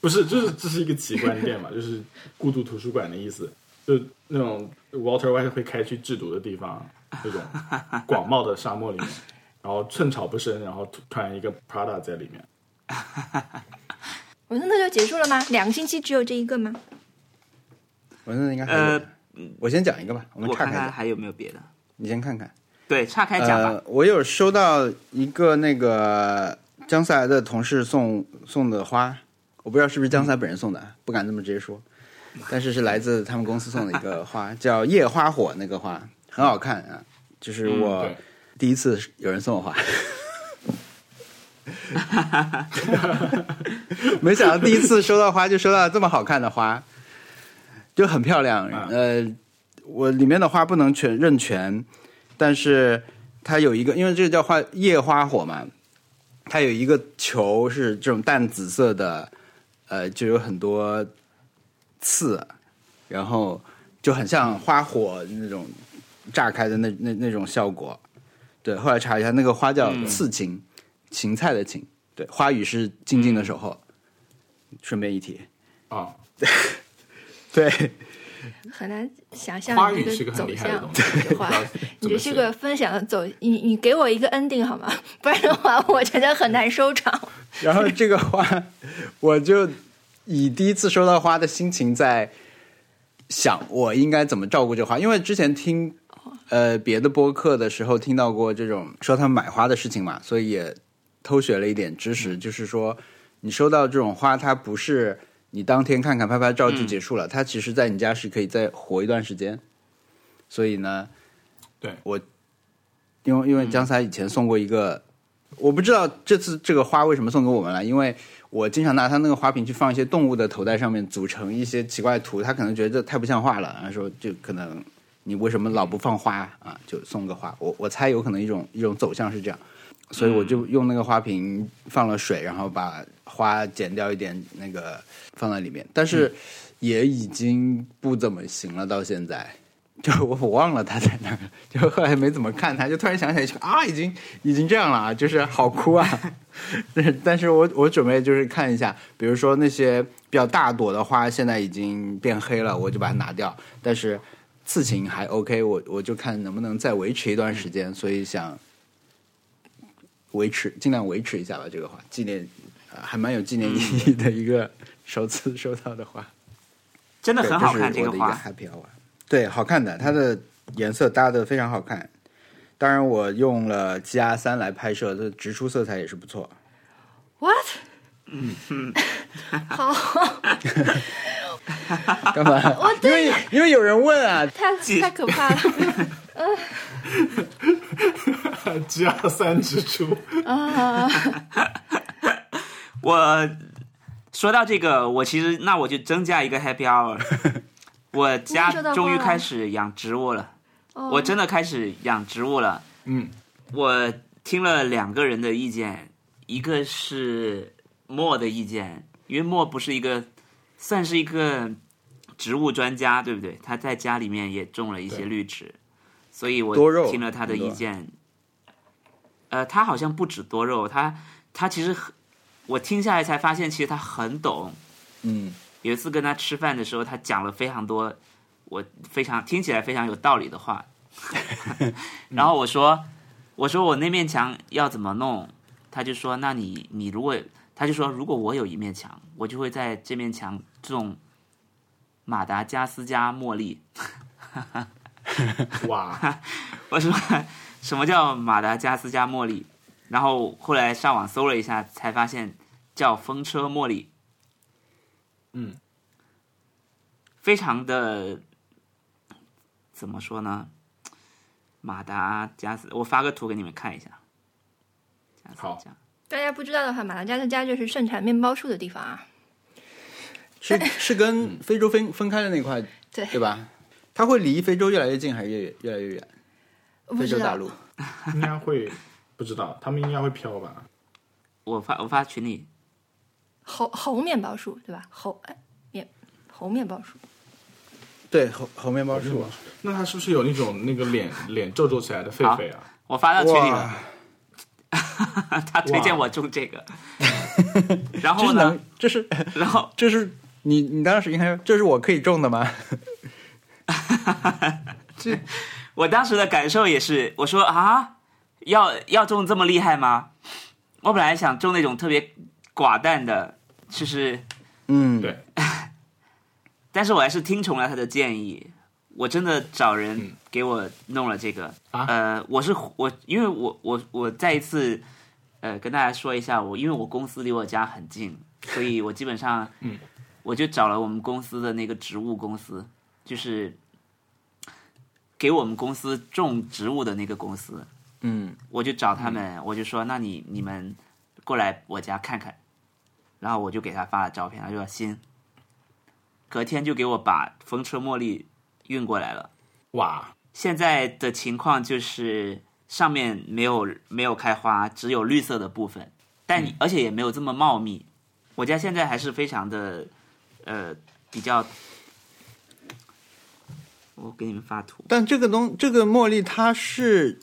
[SPEAKER 2] 不是，就是这是一个奇观店嘛， 就是孤独图书馆的意思，就那种 Walter White 会开去制毒的地方，那种广袤的沙漠里面，然后寸草不生，然后突突然一个 Prada 在里面，
[SPEAKER 4] 我说那就结束了吗？两个星期只有这一个吗？
[SPEAKER 3] 我现在应该还有
[SPEAKER 1] 呃
[SPEAKER 3] 我先讲一个吧，我们
[SPEAKER 1] 我
[SPEAKER 3] 岔
[SPEAKER 1] 看
[SPEAKER 3] 开
[SPEAKER 1] 看
[SPEAKER 3] 讲，
[SPEAKER 1] 还有没有别的。
[SPEAKER 3] 你先看看。
[SPEAKER 1] 对，岔开讲吧。
[SPEAKER 3] 呃。我有收到一个那个姜思达的同事送送的花，我不知道是不是姜思达本人送的，不敢这么直接说，但是是来自他们公司送的一个 花，叫夜花火那个花，很好看啊，就是
[SPEAKER 1] 嗯
[SPEAKER 3] 我
[SPEAKER 2] 对
[SPEAKER 3] 第一次有人送我花。没想到第一次收到花就收到这么好看的花，就很漂亮。
[SPEAKER 1] 啊
[SPEAKER 3] 呃，我里面的花不能全认全，但是它有一个，因为这个叫花夜花火嘛，它有一个球是这种淡紫色的，呃，就有很多刺，然后就很像花火那种炸开的那那那种效果。对，后来查一下，那个花叫刺芹，芹菜的芹。对，花语是静静的守候。顺便一提，
[SPEAKER 2] 啊，
[SPEAKER 3] 对，
[SPEAKER 4] 很难想象
[SPEAKER 2] 花
[SPEAKER 4] 你
[SPEAKER 2] 语
[SPEAKER 4] 这
[SPEAKER 2] 是个很
[SPEAKER 4] 走
[SPEAKER 2] 厉害的
[SPEAKER 4] 向
[SPEAKER 2] 东。西，
[SPEAKER 4] 这话
[SPEAKER 2] 不知道
[SPEAKER 4] 你
[SPEAKER 2] 怎
[SPEAKER 4] 这
[SPEAKER 2] 么
[SPEAKER 4] 是
[SPEAKER 2] 写
[SPEAKER 4] 个分享的走，你你给我一个 ending 好吗？不然的话，我觉得很难收场。
[SPEAKER 3] 然后这个花， 我就以第一次收到花的心情在想，我应该怎么照顾这花，因为之前听呃别的播客的时候听到过这种说他们买花的事情嘛，所以也偷学了一点知识，就是说你收到这种花，它不是你当天看看拍拍照就结束了，它其实在你家是可以再活一段时间，所以呢，
[SPEAKER 2] 对
[SPEAKER 3] 我。因为因为姜才以前送过一个我不知道这次这个花为什么送给我们了，因为我经常拿它那个花瓶去放一些动物的头戴上面，组成一些奇怪的图，他可能觉得这太不像话了，然后说就可能你为什么老不放花啊？就送个花，我我猜有可能一种一种走向是这样，所以我就用那个花瓶放了水，然后把花剪掉一点，那个放在里面，但是也已经不怎么行了，到现在。 就我我忘了它在那儿了，就后来没怎么看它，就突然想起来就啊，已经已经这样了啊，就是好哭啊。但是但是我我准备就是看一下，比如说那些比较大朵的花，现在已经变黑了，我就把它拿掉。但是刺芹还 OK，我我就看能不能再维持一段时间，所以想维持尽量维持一下吧。这个花纪念、呃还蛮有纪念意义的一个 首次收到的花。
[SPEAKER 1] 真的
[SPEAKER 3] 对
[SPEAKER 1] 很好看，
[SPEAKER 3] 这
[SPEAKER 1] 这
[SPEAKER 3] 是我的一
[SPEAKER 1] 花。
[SPEAKER 3] happy hour，对，好看的，它的颜色搭的非常好看。当然，我用了 G R 三来拍摄，它的直出色彩也是 不错。
[SPEAKER 4] What？嗯，好，
[SPEAKER 3] 干嘛？因为因为有人问啊，
[SPEAKER 4] 太
[SPEAKER 1] 继
[SPEAKER 4] 太可怕了。
[SPEAKER 2] G 二三支出，
[SPEAKER 4] 啊
[SPEAKER 1] 我说到这个，我其实那我就增加一个 happy hour。我家
[SPEAKER 4] 你收到花
[SPEAKER 1] 终于
[SPEAKER 4] 了
[SPEAKER 1] 开始养植物了，
[SPEAKER 4] 哦
[SPEAKER 1] 我真的开始养植物了。
[SPEAKER 2] 嗯，
[SPEAKER 1] 我听了两个人的意见，一个是莫的意见，因为莫不是一个算是一个植物专家，对不对？他在家里面也种了一些
[SPEAKER 2] 对
[SPEAKER 1] 绿植，所以我
[SPEAKER 3] 多肉
[SPEAKER 1] 听了他的
[SPEAKER 3] 很多
[SPEAKER 1] 意见。呃，他好像不止多肉，他他其实很，我听下来才发现，其实他很懂。
[SPEAKER 3] 嗯，
[SPEAKER 1] 有一次跟他吃饭的时候，他讲了非常多我非常听起来非常有道理的话，然后我说我说我那面墙要怎么弄，他就说那你你如果他就说如果我有一面墙，我就会在这面墙种马达加斯加茉莉。
[SPEAKER 2] 哇，
[SPEAKER 1] 我说 什么叫马达加斯加茉莉？然后后来上网搜了一下，才发现叫风车茉莉。
[SPEAKER 2] 嗯，
[SPEAKER 1] 非常的怎么说呢？马达加斯，我发个图给你们看一下。加斯
[SPEAKER 2] 好
[SPEAKER 1] 加
[SPEAKER 4] 大家不知道的话，马达加斯加就是盛产面包树的地方啊。
[SPEAKER 3] 是是
[SPEAKER 1] 嗯
[SPEAKER 3] 跟非洲分分开的那块，
[SPEAKER 4] 对
[SPEAKER 3] 对吧？它会离非洲越来越近，还是越远越来越远？
[SPEAKER 4] 我不
[SPEAKER 3] 非洲
[SPEAKER 4] 知
[SPEAKER 3] 大
[SPEAKER 4] 道，
[SPEAKER 3] 陆
[SPEAKER 2] 应该会不知道，他们应该会飘吧？
[SPEAKER 1] 我发我发群里，
[SPEAKER 4] 猴猴面包树对吧？猴哎面猴面包树，
[SPEAKER 3] 对，猴猴面包
[SPEAKER 1] 嗯
[SPEAKER 2] 是
[SPEAKER 3] 树啊
[SPEAKER 2] 吧，？那它是不是有那种那个脸脸皱皱起来的狒狒啊？
[SPEAKER 1] 我发到群里了
[SPEAKER 3] 哇，，
[SPEAKER 1] 他推荐我种这个，然
[SPEAKER 3] 这
[SPEAKER 1] 后
[SPEAKER 3] 是
[SPEAKER 1] 呢
[SPEAKER 3] 能，，这是
[SPEAKER 1] 然后
[SPEAKER 3] 这是你你当时应该说这是我可以种的吗？
[SPEAKER 1] 我当时的感受也是，我说啊，要要种这么厉害吗？我本来想种那种特别寡淡的，就是，
[SPEAKER 3] 嗯，
[SPEAKER 2] 对
[SPEAKER 1] 但是我还是听从了他的建议，我真的找人
[SPEAKER 2] 嗯
[SPEAKER 1] 给我弄了这个。
[SPEAKER 2] 啊
[SPEAKER 1] 呃，我是我，因为我我我再一次，呃，跟大家说一下，我因为我公司离我家很近，所以我基本上，
[SPEAKER 2] 嗯，
[SPEAKER 1] 我就找了我们公司的那个植物公司，就是给我们公司种植物的那个公司，
[SPEAKER 3] 嗯，
[SPEAKER 1] 我就找他
[SPEAKER 2] 嗯
[SPEAKER 1] 们，我就说，那你你们过来我家看看，然后我就给他发了照片，他说行，隔天就给我把风车茉莉运过来了。
[SPEAKER 2] 哇，
[SPEAKER 1] 现在的情况就是上面没有没有开花，只有绿色的部分，但、
[SPEAKER 3] 嗯
[SPEAKER 1] 而且也没有这么茂密。我家现在还是非常的，呃，比较。我给你们发图，
[SPEAKER 3] 但这个东这个茉莉它是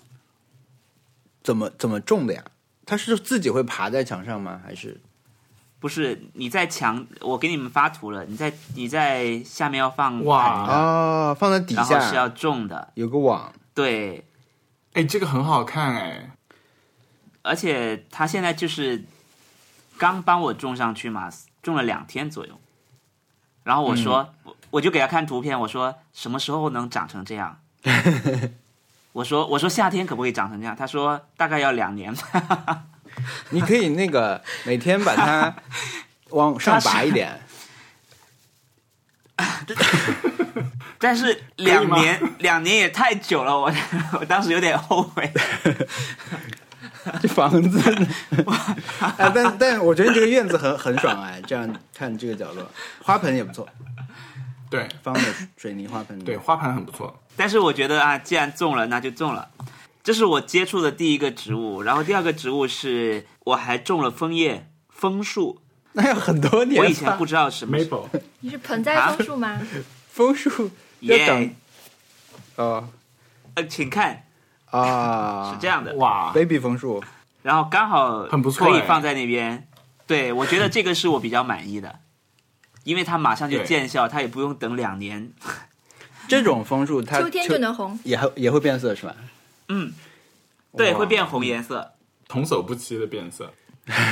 [SPEAKER 3] 怎么怎么种的呀？它是自己会爬在墙上吗？还是
[SPEAKER 1] 不是你在墙，我给你们发图了，你在你在下面要放
[SPEAKER 2] 哇
[SPEAKER 1] 盘
[SPEAKER 3] 哦，放在底
[SPEAKER 1] 啊然后是要
[SPEAKER 3] 下
[SPEAKER 1] 种的，
[SPEAKER 3] 有个网？
[SPEAKER 1] 对，
[SPEAKER 2] 哎，这个很好看哎，
[SPEAKER 1] 而且他现在就是刚帮我种上去嘛，种了两天左右。然后我说，我我就给他看图片，我说什么时候能长成这样？我说我说夏天可不可以长成这样？他说大概要两年吧。
[SPEAKER 3] 你可以那个每天把 它往上拔一点，
[SPEAKER 1] 但是两年两年也太久了，我我当时有点后悔。
[SPEAKER 3] 这房子。哎，但但我觉得你这个院子很很爽哎，这样看这个角落，花盆也不错，
[SPEAKER 2] 对
[SPEAKER 3] 放的水泥花盆。
[SPEAKER 2] 对，，花盘很不错，
[SPEAKER 1] 但是我觉得啊，既然种了，那就种了。这是我接触的第一个植物，然后第二个植物是我还种了枫叶枫树，
[SPEAKER 3] 那要很多年
[SPEAKER 1] 我
[SPEAKER 3] 吧。
[SPEAKER 1] 以前不知道什么是
[SPEAKER 2] maple
[SPEAKER 4] 你是盆
[SPEAKER 2] 啊
[SPEAKER 4] 栽枫树吗？
[SPEAKER 3] 枫树要
[SPEAKER 1] 耶
[SPEAKER 3] 等，哦
[SPEAKER 1] 呃，请看
[SPEAKER 3] 啊，
[SPEAKER 1] 是这样的，
[SPEAKER 2] 哇，
[SPEAKER 3] baby 枫树，
[SPEAKER 1] 然后刚好
[SPEAKER 2] 很不错
[SPEAKER 1] 可以
[SPEAKER 2] 哎
[SPEAKER 1] 放在那边。对，我觉得这个是我比较满意的，因为它马上就
[SPEAKER 2] 对
[SPEAKER 1] 见效，它也不用等两年。
[SPEAKER 3] 这种枫树它
[SPEAKER 4] 秋天就能红，
[SPEAKER 3] 也还也会变色是吧？
[SPEAKER 1] 嗯，对，
[SPEAKER 2] 哇
[SPEAKER 1] 会变红颜色。
[SPEAKER 2] 童叟不欺的变色，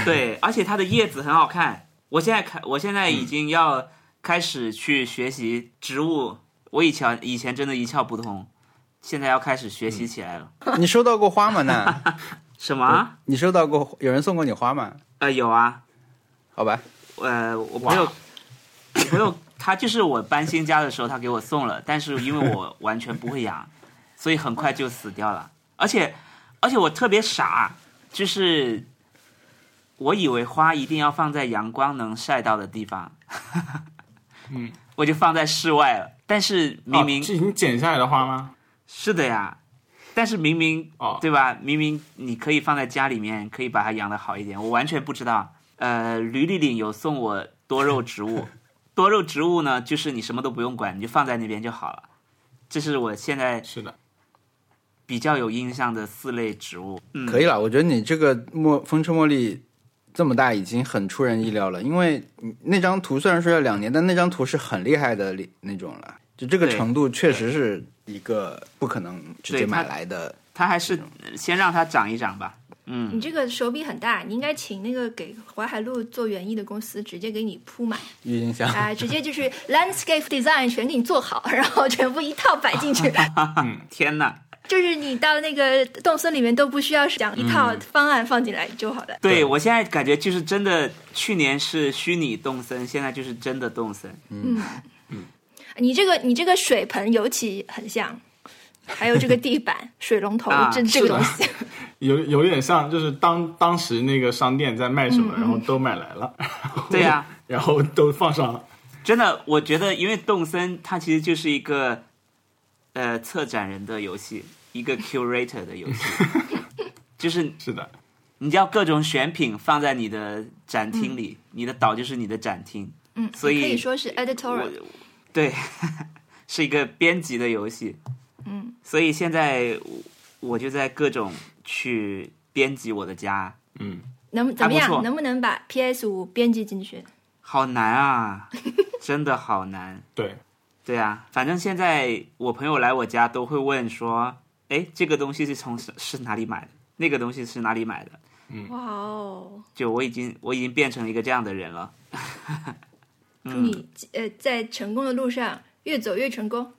[SPEAKER 1] 对，而且它的叶子很好看。我现在开，我现在
[SPEAKER 2] 嗯
[SPEAKER 1] 已经要开始去学习植物。我以前以前真的一窍不通，现在要开始学
[SPEAKER 2] 嗯
[SPEAKER 1] 习起来了。
[SPEAKER 3] 你收到过花吗？ 那
[SPEAKER 1] 什么？啊
[SPEAKER 3] 你收到过有人送过你花吗？
[SPEAKER 1] 呃，有啊，
[SPEAKER 3] 好吧，
[SPEAKER 1] 呃，我朋友，我朋友他就是我搬新家的时候，他给我送了，但是因为 我完全不会养，所以很快就死掉了。而且，而且我特别傻，就是我以为花一定要放在阳光能晒到的地方，
[SPEAKER 2] 嗯，
[SPEAKER 1] 我就放在室外了。但是明明、
[SPEAKER 2] 哦是已经剪下来的花吗？
[SPEAKER 1] 是的呀，但是明明
[SPEAKER 2] 哦，
[SPEAKER 1] 对吧？明明你可以放在家里面，可以把它养得好一点。我完全不知道。呃，吕丽丽有送我多肉植物，多肉植物呢，就是你什么都不用管，你就放在那边就好了。这是我现在
[SPEAKER 2] 是的，
[SPEAKER 1] 比较有印象的四类植物。嗯，
[SPEAKER 3] 可以了。我觉得你这个茉风车茉莉这么大已经很出人意料了，因为你那张图虽然说要两年，但那张图是很厉害的里那种了。就这个
[SPEAKER 1] 对
[SPEAKER 3] 程度，确实是一个不可能直接
[SPEAKER 1] 对它
[SPEAKER 3] 买来的。
[SPEAKER 1] 它还是呃先让它长一长吧。嗯，
[SPEAKER 4] 你这个手笔很大，你应该请那个给淮海路做园艺的公司直接给你铺满，
[SPEAKER 3] 郁金香，
[SPEAKER 4] 啊、直 接就是 landscape design 全给你做好，然后全部一套摆 进去，
[SPEAKER 1] 啊天哪！
[SPEAKER 4] 就是你到那个动森里面都不需要讲一
[SPEAKER 1] 嗯
[SPEAKER 4] 套方案放进来就好了。
[SPEAKER 1] 对我现在感觉就是真的，去年是虚拟动森，现在就是真的动森。
[SPEAKER 4] 你这个你这个水盆尤其很像，还有这个 地板水龙头
[SPEAKER 1] 啊
[SPEAKER 4] 这这个东 西，
[SPEAKER 2] 有有点像，就是当当时那个商店在卖什
[SPEAKER 1] 嗯
[SPEAKER 2] 么，然后都买来了， 然后
[SPEAKER 1] 对啊呀、
[SPEAKER 2] 然后都放上了，
[SPEAKER 1] 真的，我觉得因为动森它其实就是一个呃策展人的游戏，一个 curator 的游戏，就是
[SPEAKER 2] 是的，
[SPEAKER 1] 你要各种选品放在你的展厅里，你的岛就是你的展厅，
[SPEAKER 4] 嗯，
[SPEAKER 1] 所以
[SPEAKER 4] 可以说是 editorial，
[SPEAKER 1] 我对， 是一个编辑的游戏。
[SPEAKER 4] 嗯，
[SPEAKER 1] 所以现在我我就在各种去编辑我的家，
[SPEAKER 2] 嗯，
[SPEAKER 4] 能怎么
[SPEAKER 1] 还不
[SPEAKER 4] 样？
[SPEAKER 1] 错
[SPEAKER 4] 能不能把 PS 五编辑进去？
[SPEAKER 1] 好难啊，真的好难。
[SPEAKER 2] 对，
[SPEAKER 1] 对啊，反正现在我朋友来我家都会问说，哎，这个东西是从是是哪里买的？那个东西是哪里买的？嗯
[SPEAKER 4] 哇哦！
[SPEAKER 1] 就我已经我已经变成一个这样的人了。嗯
[SPEAKER 4] 祝你呃在成功的路上越走越成功。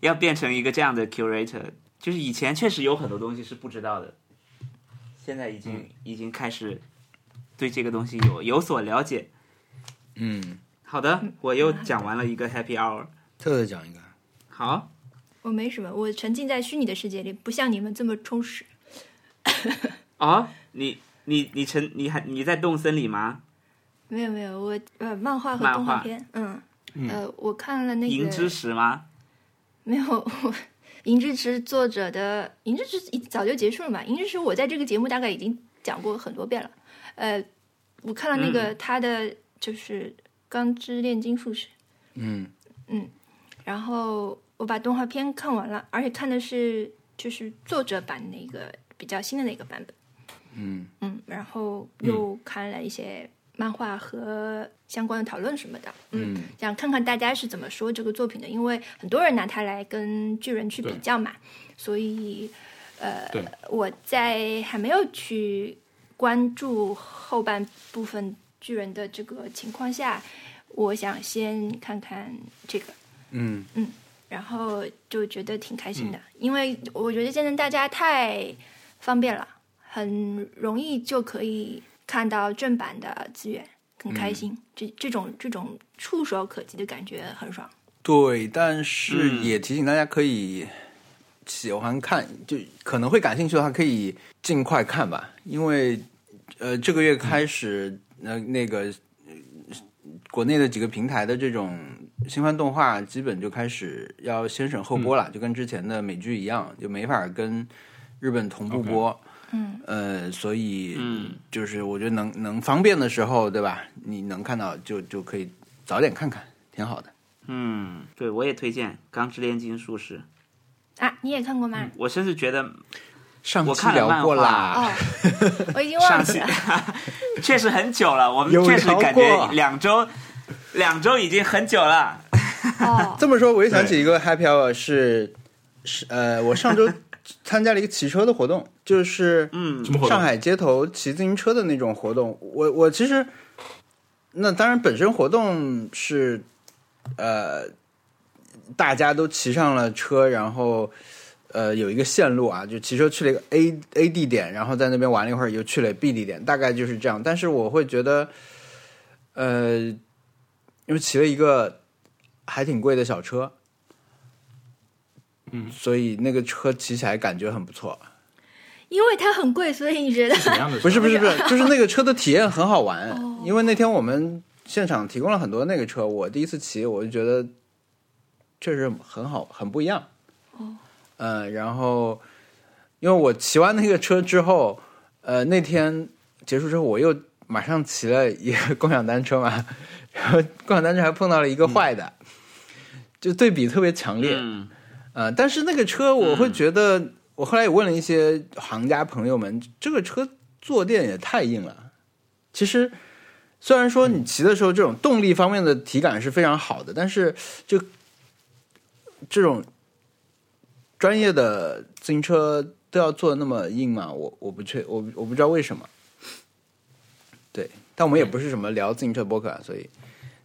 [SPEAKER 1] 要变成一个这样的 curator，就是以前确实有很多东西是不知道的，现在已经、
[SPEAKER 4] 嗯
[SPEAKER 1] 已经开始对这个东西有有所了解。
[SPEAKER 3] 嗯，
[SPEAKER 1] 好的，我又讲完了一个 happy hour。
[SPEAKER 3] 特特讲一个，
[SPEAKER 1] 好，
[SPEAKER 4] 我没什么，我沉浸在虚拟的世界里，不像你们这么充实。啊
[SPEAKER 1] 哦，你你你陈你还你在动森里吗？
[SPEAKER 4] 没有没有，我呃漫画和
[SPEAKER 1] 漫
[SPEAKER 4] 动画
[SPEAKER 1] 画
[SPEAKER 4] 片，嗯呃我看了那
[SPEAKER 1] 银之
[SPEAKER 4] 个
[SPEAKER 1] 石吗？
[SPEAKER 4] 没有我。银之池作者的银之池一早就结束了嘛？银之池我在这个节目大概已经讲过很多遍了。呃，我看了那个他的就是《钢之炼金术士》，
[SPEAKER 3] 嗯
[SPEAKER 4] 然后我把动画片看完了，而且看的是就是作者版的一个比较新的那个版本。
[SPEAKER 3] 嗯
[SPEAKER 4] 嗯，然后又看了一些漫画和相关的讨论什么的。嗯，
[SPEAKER 3] 嗯
[SPEAKER 4] 想看看大家是怎么说这个作品的，因为很多人拿它来跟巨人去比较嘛，所以呃
[SPEAKER 2] 对，
[SPEAKER 4] 我在还没有去关注后半部分巨人的这个情况下，我想先看看这个。
[SPEAKER 3] 嗯
[SPEAKER 4] 然后就觉得挺开心
[SPEAKER 1] 嗯
[SPEAKER 4] 的，因为我觉得现在大家太方便了，很容易就可以看到正版的资源，很开
[SPEAKER 1] 嗯
[SPEAKER 4] 心。这这种这种触手可及的感觉很爽。
[SPEAKER 3] 对，但是
[SPEAKER 1] 嗯
[SPEAKER 3] 也提醒大家可以喜欢看，就可能会感兴趣的话，可以尽快看吧，因为呃，这个月开始，呃，那个、呃国内的几个平台的这种新番动画，基本就开始要先审后
[SPEAKER 1] 嗯
[SPEAKER 3] 播了，就跟之前的美剧一样，就没法跟日本同步播。
[SPEAKER 4] 嗯，
[SPEAKER 3] 呃，所以
[SPEAKER 1] 嗯，
[SPEAKER 3] 就是我觉得能能方便的时候，对吧？你能看到就就可以早点看看，挺好的。
[SPEAKER 1] 嗯，对，我也推荐《钢之炼金术士》，
[SPEAKER 4] 啊，你也看过吗？
[SPEAKER 1] 我甚至觉得
[SPEAKER 3] 上
[SPEAKER 1] 我
[SPEAKER 3] 期
[SPEAKER 1] 看了
[SPEAKER 3] 聊过
[SPEAKER 1] 嗯
[SPEAKER 3] 啦，
[SPEAKER 4] 哦，我已经忘
[SPEAKER 1] 上
[SPEAKER 4] 记
[SPEAKER 1] 期
[SPEAKER 4] 了。
[SPEAKER 1] 确实很久了，我们
[SPEAKER 3] 有
[SPEAKER 1] 确实
[SPEAKER 3] 聊
[SPEAKER 1] 感
[SPEAKER 3] 过
[SPEAKER 1] 觉两周两周已经很久了。
[SPEAKER 4] 哦，
[SPEAKER 3] 这么说，我又想起一个 happy hour 是是呃，我上周参加了一个骑车的活动，就是
[SPEAKER 1] 嗯
[SPEAKER 2] 什么活动
[SPEAKER 3] 上海街头骑自行车的那种活动。我我其实那当然本身活动是呃，大家都骑上了车，然后。呃，有一个线路啊，就骑车去了一个 A A 地点，然后在那边玩了一会儿，又去了 B 地点，大概就是这样。但是我会觉得，呃，因为骑了一个还挺贵的小车，
[SPEAKER 2] 嗯，
[SPEAKER 3] 所以那个车骑起来感觉很不错。
[SPEAKER 4] 因为它很贵，所以你觉得
[SPEAKER 2] 什么样的
[SPEAKER 3] 不是不
[SPEAKER 2] 是
[SPEAKER 3] 是不是，就是那个车的体验很好玩，因为那天我们现场提供了很多那个车，我第一次骑，我就觉得确实很好，很不一样。哦，呃，然后因为我骑完那个车之后，呃，那天结束之后，我又马上骑了一个共享单车嘛，然后共享单车还碰到了一个坏的，就对比特别强烈。
[SPEAKER 1] 嗯
[SPEAKER 3] 呃，但是那个车我会觉得，我后来也问了一些行家朋友们，这个车坐垫也太硬了。其实虽然说你骑的时候这种动力方面的体感是非常好的，但是就这种专业的自行车都要做的那么硬嘛，我我不确我不我不知道为什么。对，但我们也不是什么聊自行车播客啊，所以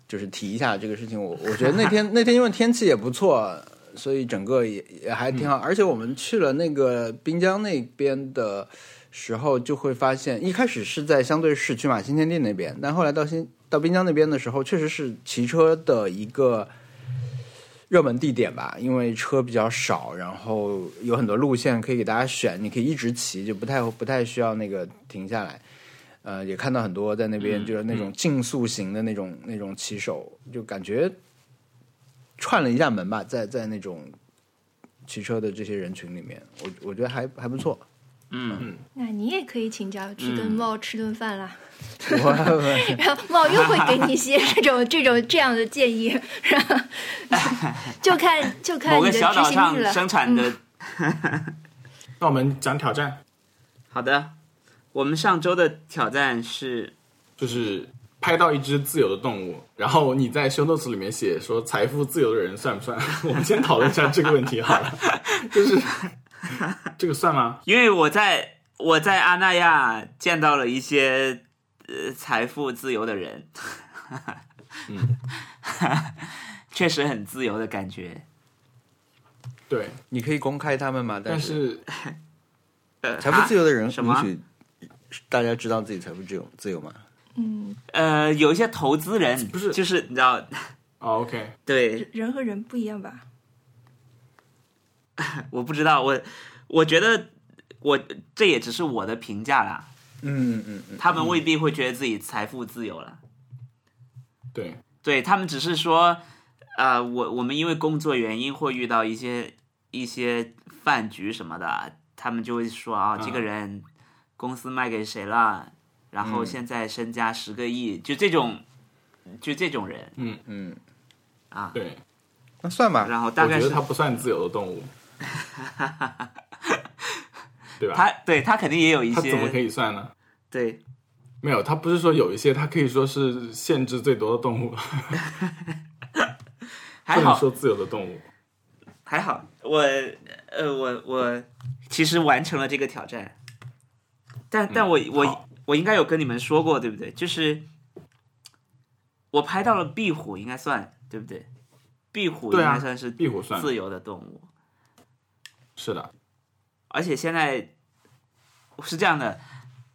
[SPEAKER 3] 就是提一下这个事情。我我觉得那天那天因为天气也不错，所以整个也也还挺好。而且我们去了那个滨江那边的时候，就会发现一开始是在相对市区嘛，新天地那边，但后来到新到滨江那边的时候，确实是骑车的一个。热门地点吧，因为车比较少，然后有很多路线可以给大家选，你可以一直骑，就不太不太需要那个停下来。呃，也看到很多在那边就是那种竞速型的那种、那种骑手，就感觉串了一下门吧，在在那种骑车的这些人群里面，我我觉得还还不错。
[SPEAKER 1] 嗯，
[SPEAKER 2] 嗯，
[SPEAKER 4] 那你也可以请假去跟
[SPEAKER 1] 嗯
[SPEAKER 4] 茂吃顿饭啦，
[SPEAKER 3] 我
[SPEAKER 4] 然后茂又会给你一些 这种这种这样的建议，然后就看就看
[SPEAKER 1] 某
[SPEAKER 4] 你
[SPEAKER 1] 个
[SPEAKER 4] 的
[SPEAKER 1] 小
[SPEAKER 4] 执
[SPEAKER 1] 岛
[SPEAKER 4] 行
[SPEAKER 1] 上
[SPEAKER 4] 力了。嗯
[SPEAKER 1] 生产的。
[SPEAKER 2] 那我们讲挑战，
[SPEAKER 1] 好的，我们上周的挑战是
[SPEAKER 2] 就是拍到一只自由的动物，然后你在 show notes 里面写说财富自由的人算不算？ 我们先讨论一下这个问 题好了，就是这个算吗？
[SPEAKER 1] 因为我在我在阿那亚见到了一些呃财富自由的人，
[SPEAKER 3] 嗯
[SPEAKER 1] 确实很自由的感觉。
[SPEAKER 2] 对，
[SPEAKER 3] 你可以公开他们吗？
[SPEAKER 2] 但是
[SPEAKER 1] 呃，
[SPEAKER 3] 财富自由的人
[SPEAKER 1] 啊什么
[SPEAKER 3] 允许大家知道自己财富自由自由吗？
[SPEAKER 4] 嗯，
[SPEAKER 1] 呃，有一些投资人
[SPEAKER 2] 不是
[SPEAKER 1] 就是你知道，
[SPEAKER 2] 哦，OK，
[SPEAKER 1] 对，
[SPEAKER 4] 人和人不一样吧？
[SPEAKER 1] 我不知道，我我觉得我这也只是我的评价啦，
[SPEAKER 3] 嗯嗯嗯，
[SPEAKER 1] 他们未必会觉得自己财富自由了，
[SPEAKER 2] 对，
[SPEAKER 1] 对他们只是说，啊，我我们因为工作原因会遇到一些一些饭局什么的，他们就会说啊，
[SPEAKER 2] 嗯
[SPEAKER 1] 这个人公司卖给谁了，然后
[SPEAKER 3] 嗯
[SPEAKER 1] 现在身家十个亿，就这种，就这种人
[SPEAKER 2] 嗯
[SPEAKER 3] 嗯
[SPEAKER 1] 啊，
[SPEAKER 2] 对，
[SPEAKER 3] 那算吧。
[SPEAKER 1] 然后大
[SPEAKER 2] 我
[SPEAKER 1] 概
[SPEAKER 2] 觉得
[SPEAKER 1] 是
[SPEAKER 2] 它不算自由的动物，对吧？
[SPEAKER 1] 他对他肯定也有一
[SPEAKER 2] 它怎么可
[SPEAKER 1] 些
[SPEAKER 2] 以算呢？
[SPEAKER 1] 对
[SPEAKER 2] 没有，它不是说有一些，它可以说是限制最多的动物，
[SPEAKER 1] 还
[SPEAKER 2] 不能
[SPEAKER 1] 好
[SPEAKER 2] 说自由的动物。
[SPEAKER 1] 还好，我呃，我我其实完成了这个挑战，但但我、我
[SPEAKER 2] 嗯好
[SPEAKER 1] 我应该有跟你们说过，对不对？就是我拍到了壁虎，应该算对不对？壁虎应
[SPEAKER 2] 对啊
[SPEAKER 1] 该算是
[SPEAKER 2] 壁虎算
[SPEAKER 1] 自由的动物，
[SPEAKER 2] 是的，
[SPEAKER 1] 而且现在是这样的，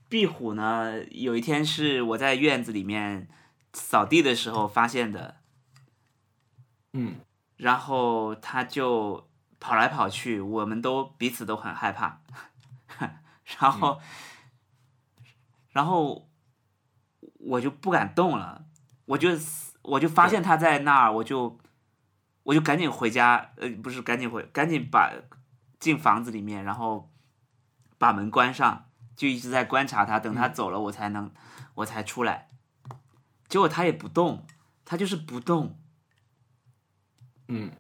[SPEAKER 1] 壁虎呢，有一天是我在院子里面扫地的时候发现的，
[SPEAKER 2] 嗯，
[SPEAKER 1] 然后它就跑来跑去，我们都彼此都很害怕。 然后，然后我就不敢动了，我就我就发现它在那儿，我就我就赶紧回家，呃，不是赶紧回，赶紧把进房子里面，然后把门关上，就一直在观察它，等它走了，我才能、我才出来。结果它也不动，它就是不动。
[SPEAKER 2] 嗯，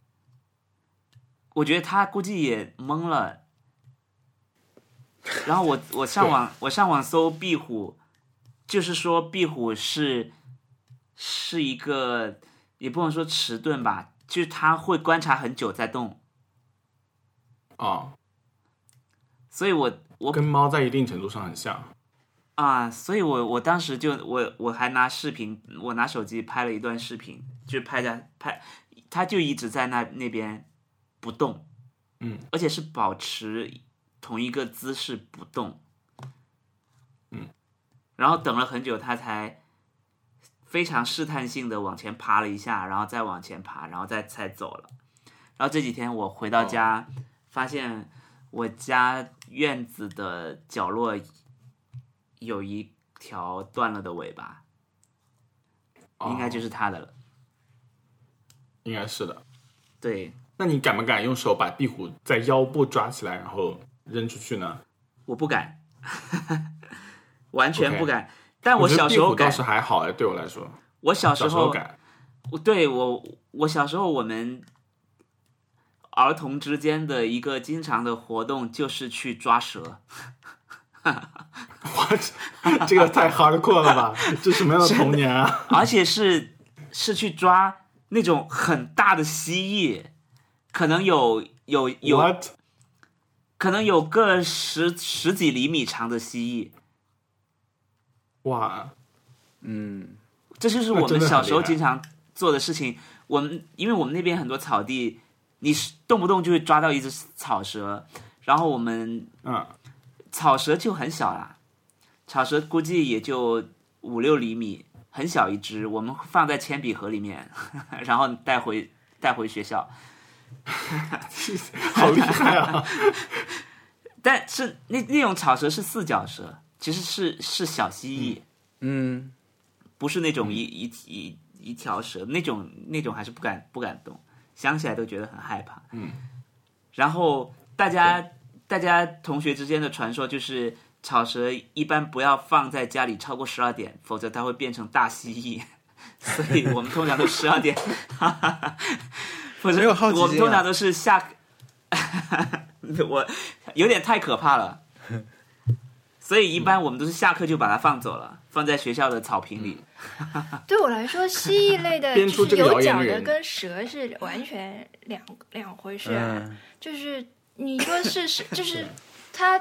[SPEAKER 1] 我觉得他估计也懵了。然后我我上网我上网搜壁虎，就是说壁虎是是一个也不能说迟钝吧，就是它会观察很久再动。
[SPEAKER 2] 哦，
[SPEAKER 1] 所以我我
[SPEAKER 2] 跟猫在一定程度上很像。
[SPEAKER 1] 啊，所以我我当时就我我还拿视频，我拿手机拍了一段视频，就拍着拍，它就一直在那那边不动，
[SPEAKER 2] 嗯，
[SPEAKER 1] 而且是保持同一个姿势不动，
[SPEAKER 2] 嗯，
[SPEAKER 1] 然后等了很久，它才非常试探性的往前爬了一下，然后再往前爬，然后再才走了。然后这几天我回到
[SPEAKER 2] 哦
[SPEAKER 1] 家，发现我家院子的角落有一条断了的尾巴，
[SPEAKER 2] 哦
[SPEAKER 1] 应该就是它的了。
[SPEAKER 2] 应该是的。
[SPEAKER 1] 对，
[SPEAKER 2] 那你敢不敢用手把壁虎在腰部抓起来，然后扔出去呢？
[SPEAKER 1] 我不敢，完全不敢。但
[SPEAKER 2] 我
[SPEAKER 1] 我
[SPEAKER 2] 觉得
[SPEAKER 1] 小时候
[SPEAKER 2] 壁虎倒
[SPEAKER 1] 敢，
[SPEAKER 2] 是还好哎，对我来说，
[SPEAKER 1] 我小时
[SPEAKER 2] 小时
[SPEAKER 1] 候
[SPEAKER 2] 候，敢。
[SPEAKER 1] 我对我我小时候我们儿童之间的一个经常的活动就是去抓蛇。
[SPEAKER 2] 哇，这个太 hardcore 了吧？这什么样的童年啊？
[SPEAKER 1] 而且是是去抓那种很大的蜥蜴，可能有有 有
[SPEAKER 2] What？
[SPEAKER 1] 可能有个十十几厘米长的蜥蜴，
[SPEAKER 2] 哇，
[SPEAKER 3] 嗯，
[SPEAKER 1] 这就是
[SPEAKER 2] 那
[SPEAKER 1] 我
[SPEAKER 2] 真
[SPEAKER 1] 们
[SPEAKER 2] 的很
[SPEAKER 1] 小时候
[SPEAKER 2] 厉害
[SPEAKER 1] 经常做的事情。我们因为我们那边很多草地，你是动不动就会抓到一只草蛇，然后我们
[SPEAKER 2] 嗯，
[SPEAKER 1] 草蛇就很小啦，草蛇估计也就五六厘米，很小一只，我们放在铅笔盒里面， 然后带回带回学校。
[SPEAKER 2] 好厉害啊！
[SPEAKER 1] 但是那那种草蛇是四脚蛇，其实是是小蜥蜴，
[SPEAKER 3] 嗯，
[SPEAKER 1] 不是那种一一一一条蛇那种那种还是不
[SPEAKER 3] 嗯
[SPEAKER 1] 敢不敢动，想起来都觉得很害怕。
[SPEAKER 2] 嗯，
[SPEAKER 1] 然后大家大家同学之间的传说就是，草蛇一般不要放在家里超过十二点，否则它会变成大蜥蜴。 所以我们通常都十二点， 哈哈哈不是
[SPEAKER 3] 没有好奇心啊
[SPEAKER 1] 我们通常都是下 课，我有点太可怕 了。所以一般我们都是下课就把它放走了，放在学校的草坪
[SPEAKER 3] 嗯
[SPEAKER 1] 里。
[SPEAKER 4] 对我来说，蜥蜴类 的
[SPEAKER 2] 编
[SPEAKER 4] 就
[SPEAKER 2] 出
[SPEAKER 4] 是
[SPEAKER 2] 这个谣
[SPEAKER 4] 有
[SPEAKER 2] 言
[SPEAKER 4] 脚
[SPEAKER 2] 的
[SPEAKER 4] 的
[SPEAKER 2] 人
[SPEAKER 4] 跟蛇是完全两两回事啊。
[SPEAKER 3] 嗯，
[SPEAKER 4] 就是你说是是，就是它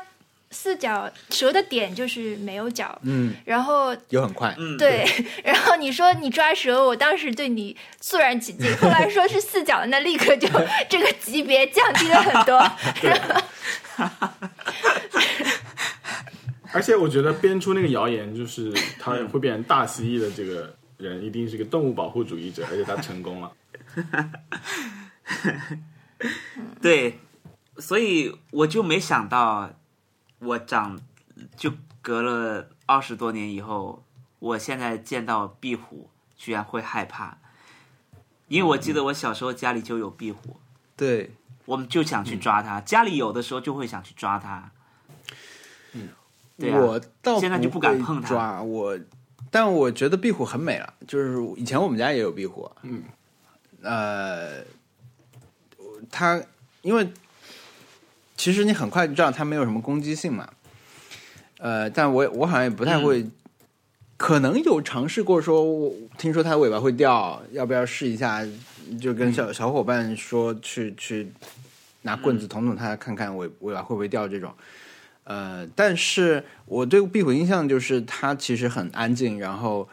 [SPEAKER 4] 四脚蛇的点就是没有脚，
[SPEAKER 3] 嗯，
[SPEAKER 4] 然后
[SPEAKER 3] 有很快，
[SPEAKER 1] 嗯，
[SPEAKER 4] 对， 然后你说你抓蛇，我当时对你肃然起敬，后来说是四脚，那立刻就 这个级别降低了 很多。
[SPEAKER 2] 而且我觉得编出那个谣言，就是他会变成大蜥蜴的这个人，一定是个动物保护主义者，而且他成功了。
[SPEAKER 1] 对，所以我就没想到，我长就隔了二十多年以后，我现在见到壁虎居然会害怕，因为我记得我小时候家里就有壁虎，
[SPEAKER 3] 对，
[SPEAKER 1] 我们就想去抓它，家里有的时候就会想去抓它。对啊
[SPEAKER 3] 我倒
[SPEAKER 1] 现在就
[SPEAKER 3] 不
[SPEAKER 1] 不敢
[SPEAKER 3] 会
[SPEAKER 1] 碰它
[SPEAKER 3] 抓我，但我觉得壁虎很美了，就是以前我们家也有壁虎，嗯，呃，它因为其实你很快就知道它没有什么攻击性嘛，呃，但我我好像也不太
[SPEAKER 1] 嗯
[SPEAKER 3] 会，可能有尝试过说，我听说它尾巴会掉，要不要试一下？就
[SPEAKER 1] 嗯
[SPEAKER 3] 跟小、小伙伴说去去拿棍子捅捅它，看看尾尾巴会不会掉这种。呃，但是我对壁虎印象就是它其实很安静，然后